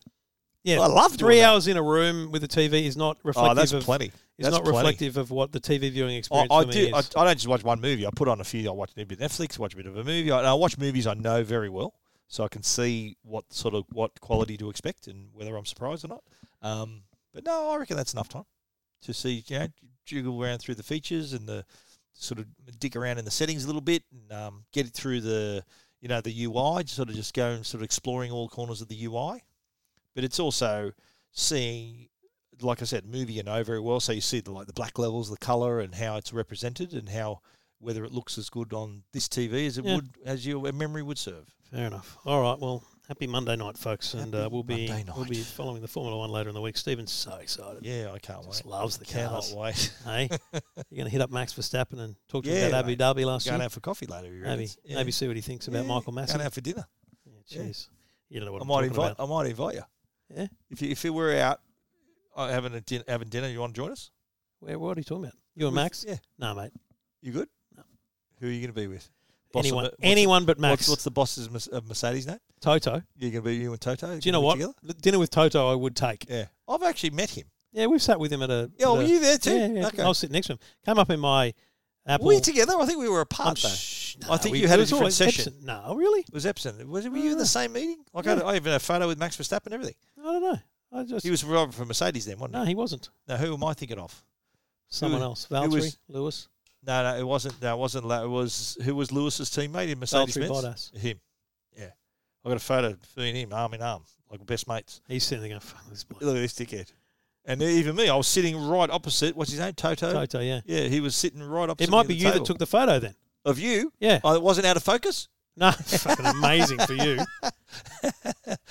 Speaker 1: yeah.
Speaker 2: I love doing
Speaker 1: three
Speaker 2: that.
Speaker 1: hours in a room with a TV is not reflective.
Speaker 2: Oh, that's
Speaker 1: of,
Speaker 2: plenty.
Speaker 1: Is
Speaker 2: That's
Speaker 1: not
Speaker 2: plenty.
Speaker 1: reflective of what the TV viewing
Speaker 2: I,
Speaker 1: experience
Speaker 2: I
Speaker 1: for me
Speaker 2: do. I,
Speaker 1: is.
Speaker 2: I don't just watch one movie. I put on a few. I watch a bit of Netflix. Watch a bit of a movie. I, and I watch movies I know very well, so I can see what sort of what quality to expect and whether I'm surprised or not. Um, but no, I reckon that's enough time to see. You know, jiggle around through the features and the sort of dick around in the settings a little bit and um, get it through the you know the UI. Just sort of just go and sort of exploring all corners of the UI. But it's also seeing like I said, movie you know very well. So you see the like the black levels, the color, and how it's represented, and how whether it looks as good on this TV as it
Speaker 1: Yeah.
Speaker 2: would as your memory would serve.
Speaker 1: Fair enough. All right. Well, happy Monday night, folks, and
Speaker 2: Happy
Speaker 1: uh, we'll be
Speaker 2: Monday
Speaker 1: we'll be
Speaker 2: night.
Speaker 1: following the Formula One later in the week. Stephen's so excited.
Speaker 2: Yeah, I can't
Speaker 1: Just
Speaker 2: wait.
Speaker 1: loves the
Speaker 2: Cannot
Speaker 1: cars.
Speaker 2: *laughs* wait.
Speaker 1: Hey, you're going to hit up Max Verstappen and talk to
Speaker 2: Yeah,
Speaker 1: him about Abu
Speaker 2: mate.
Speaker 1: Dhabi last
Speaker 2: Going
Speaker 1: year.
Speaker 2: out for coffee later. You
Speaker 1: Maybe,
Speaker 2: reckons? Yeah.
Speaker 1: maybe see what he thinks about
Speaker 2: Yeah,
Speaker 1: Michael Massey.
Speaker 2: Going out for dinner.
Speaker 1: Yeah, Jeez, you don't know what
Speaker 2: I
Speaker 1: I'm
Speaker 2: might
Speaker 1: talking
Speaker 2: invite.
Speaker 1: about.
Speaker 2: I might invite you.
Speaker 1: Yeah,
Speaker 2: If you, if you were out uh, having a din- having dinner, you want to join us?
Speaker 1: where? What are you talking about? You and
Speaker 2: With-
Speaker 1: Max?
Speaker 2: Yeah.
Speaker 1: No, mate.
Speaker 2: You good? Who are you going to be with?
Speaker 1: Anyone,
Speaker 2: Boss of Ma- what's the-
Speaker 1: anyone but Max.
Speaker 2: What's, what's the boss's Mes- of Mercedes name?
Speaker 1: Toto.
Speaker 2: You're going to be you and Toto.
Speaker 1: Do you know what?
Speaker 2: Together?
Speaker 1: The Dinner with Toto, I would take.
Speaker 2: Yeah, I've actually met him.
Speaker 1: Yeah, we've sat with him at a.
Speaker 2: Yeah,
Speaker 1: at
Speaker 2: were
Speaker 1: a-
Speaker 2: you there too?
Speaker 1: Yeah, yeah.
Speaker 2: Okay.
Speaker 1: I was sitting next to him. Came up in my Apple.
Speaker 2: Were you together? I think we
Speaker 1: I'm
Speaker 2: were apart though.
Speaker 1: sh-
Speaker 2: I
Speaker 1: no,
Speaker 2: think
Speaker 1: we-
Speaker 2: you
Speaker 1: it
Speaker 2: had a
Speaker 1: was
Speaker 2: different
Speaker 1: always
Speaker 2: session.
Speaker 1: Epson. No, really?
Speaker 2: It was Epson. Was, were you in the same meeting? Like I,
Speaker 1: Yeah.
Speaker 2: I even had a photo with Max Verstappen and everything.
Speaker 1: I don't know. I just.
Speaker 2: He was driving for Mercedes then, wasn't
Speaker 1: no, he wasn't.
Speaker 2: he? Now who am I thinking of?
Speaker 1: Someone
Speaker 2: was-
Speaker 1: else.
Speaker 2: who
Speaker 1: Valtteri,
Speaker 2: was-
Speaker 1: Lewis.
Speaker 2: No, no, it wasn't. No, it wasn't. La- It was who was Lewis's teammate in Mercedes
Speaker 1: Valtteri
Speaker 2: Benz? Him. Yeah, I got a photo of me and him arm in arm, like best mates.
Speaker 1: He's sitting there going, fuck this bloke.
Speaker 2: Look at this dickhead. And even me, I was sitting right opposite. What's his name? Toto.
Speaker 1: Toto, yeah.
Speaker 2: Yeah, he was sitting right opposite.
Speaker 1: It
Speaker 2: me
Speaker 1: might
Speaker 2: at
Speaker 1: be
Speaker 2: the
Speaker 1: you that
Speaker 2: table.
Speaker 1: took the photo then.
Speaker 2: of you.
Speaker 1: Yeah.
Speaker 2: I wasn't out of focus.
Speaker 1: No, *laughs* fucking amazing for you. I don't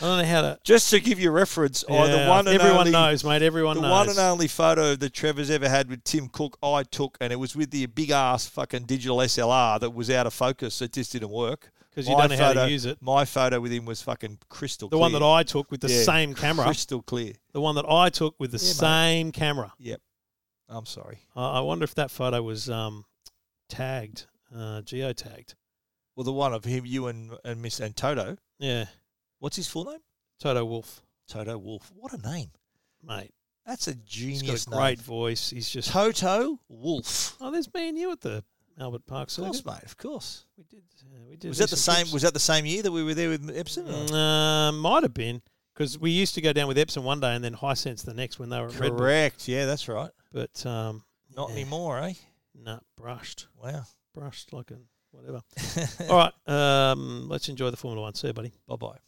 Speaker 1: know how
Speaker 2: *laughs*
Speaker 1: to.
Speaker 2: Just to give you reference, I, the
Speaker 1: Yeah,
Speaker 2: one and
Speaker 1: everyone
Speaker 2: only-
Speaker 1: knows, mate. Everyone
Speaker 2: the
Speaker 1: knows.
Speaker 2: one and only photo that Trevor's ever had with Tim Cook, I took, and it was with the big ass fucking digital SLR that was out of focus. It just didn't work
Speaker 1: 'Cause you
Speaker 2: My
Speaker 1: don't know how to
Speaker 2: photo-
Speaker 1: use it.
Speaker 2: My photo with him was fucking crystal.
Speaker 1: The
Speaker 2: clear.
Speaker 1: one that I took with the
Speaker 2: Yeah,
Speaker 1: same camera.
Speaker 2: crystal clear.
Speaker 1: The one that I took with the
Speaker 2: Yeah, mate.
Speaker 1: same camera.
Speaker 2: Yep. I'm sorry.
Speaker 1: I I wonder if that photo was um, tagged, uh, geotagged.
Speaker 2: Well, the one of him, you, and and Miss and Toto.
Speaker 1: Yeah,
Speaker 2: What's his full name?
Speaker 1: Toto Wolf,
Speaker 2: Toto Wolf. What a name!
Speaker 1: mate.
Speaker 2: That's a
Speaker 1: He's
Speaker 2: genius
Speaker 1: got a
Speaker 2: name.
Speaker 1: great voice. He's just
Speaker 2: Toto Wolf.
Speaker 1: oh, there's me and you at the Albert Park
Speaker 2: Of course,
Speaker 1: Circus.
Speaker 2: mate. Of course.
Speaker 1: We did. Uh, we did.
Speaker 2: Was
Speaker 1: do
Speaker 2: that the
Speaker 1: some
Speaker 2: same?
Speaker 1: trips.
Speaker 2: Was that the same year that we were there with Epson? or-
Speaker 1: Uh, might have been because we used to go down with Epson one day and then High Sense the next when they were at Red Bull.
Speaker 2: Correct. Yeah, that's right.
Speaker 1: But um,
Speaker 2: Not
Speaker 1: Mm. yeah,
Speaker 2: anymore, eh?
Speaker 1: Nah, brushed, *laughs*
Speaker 2: Wow.
Speaker 1: brushed like a whatever. All right, um, let's enjoy the Formula One. See you, buddy.
Speaker 2: Bye bye.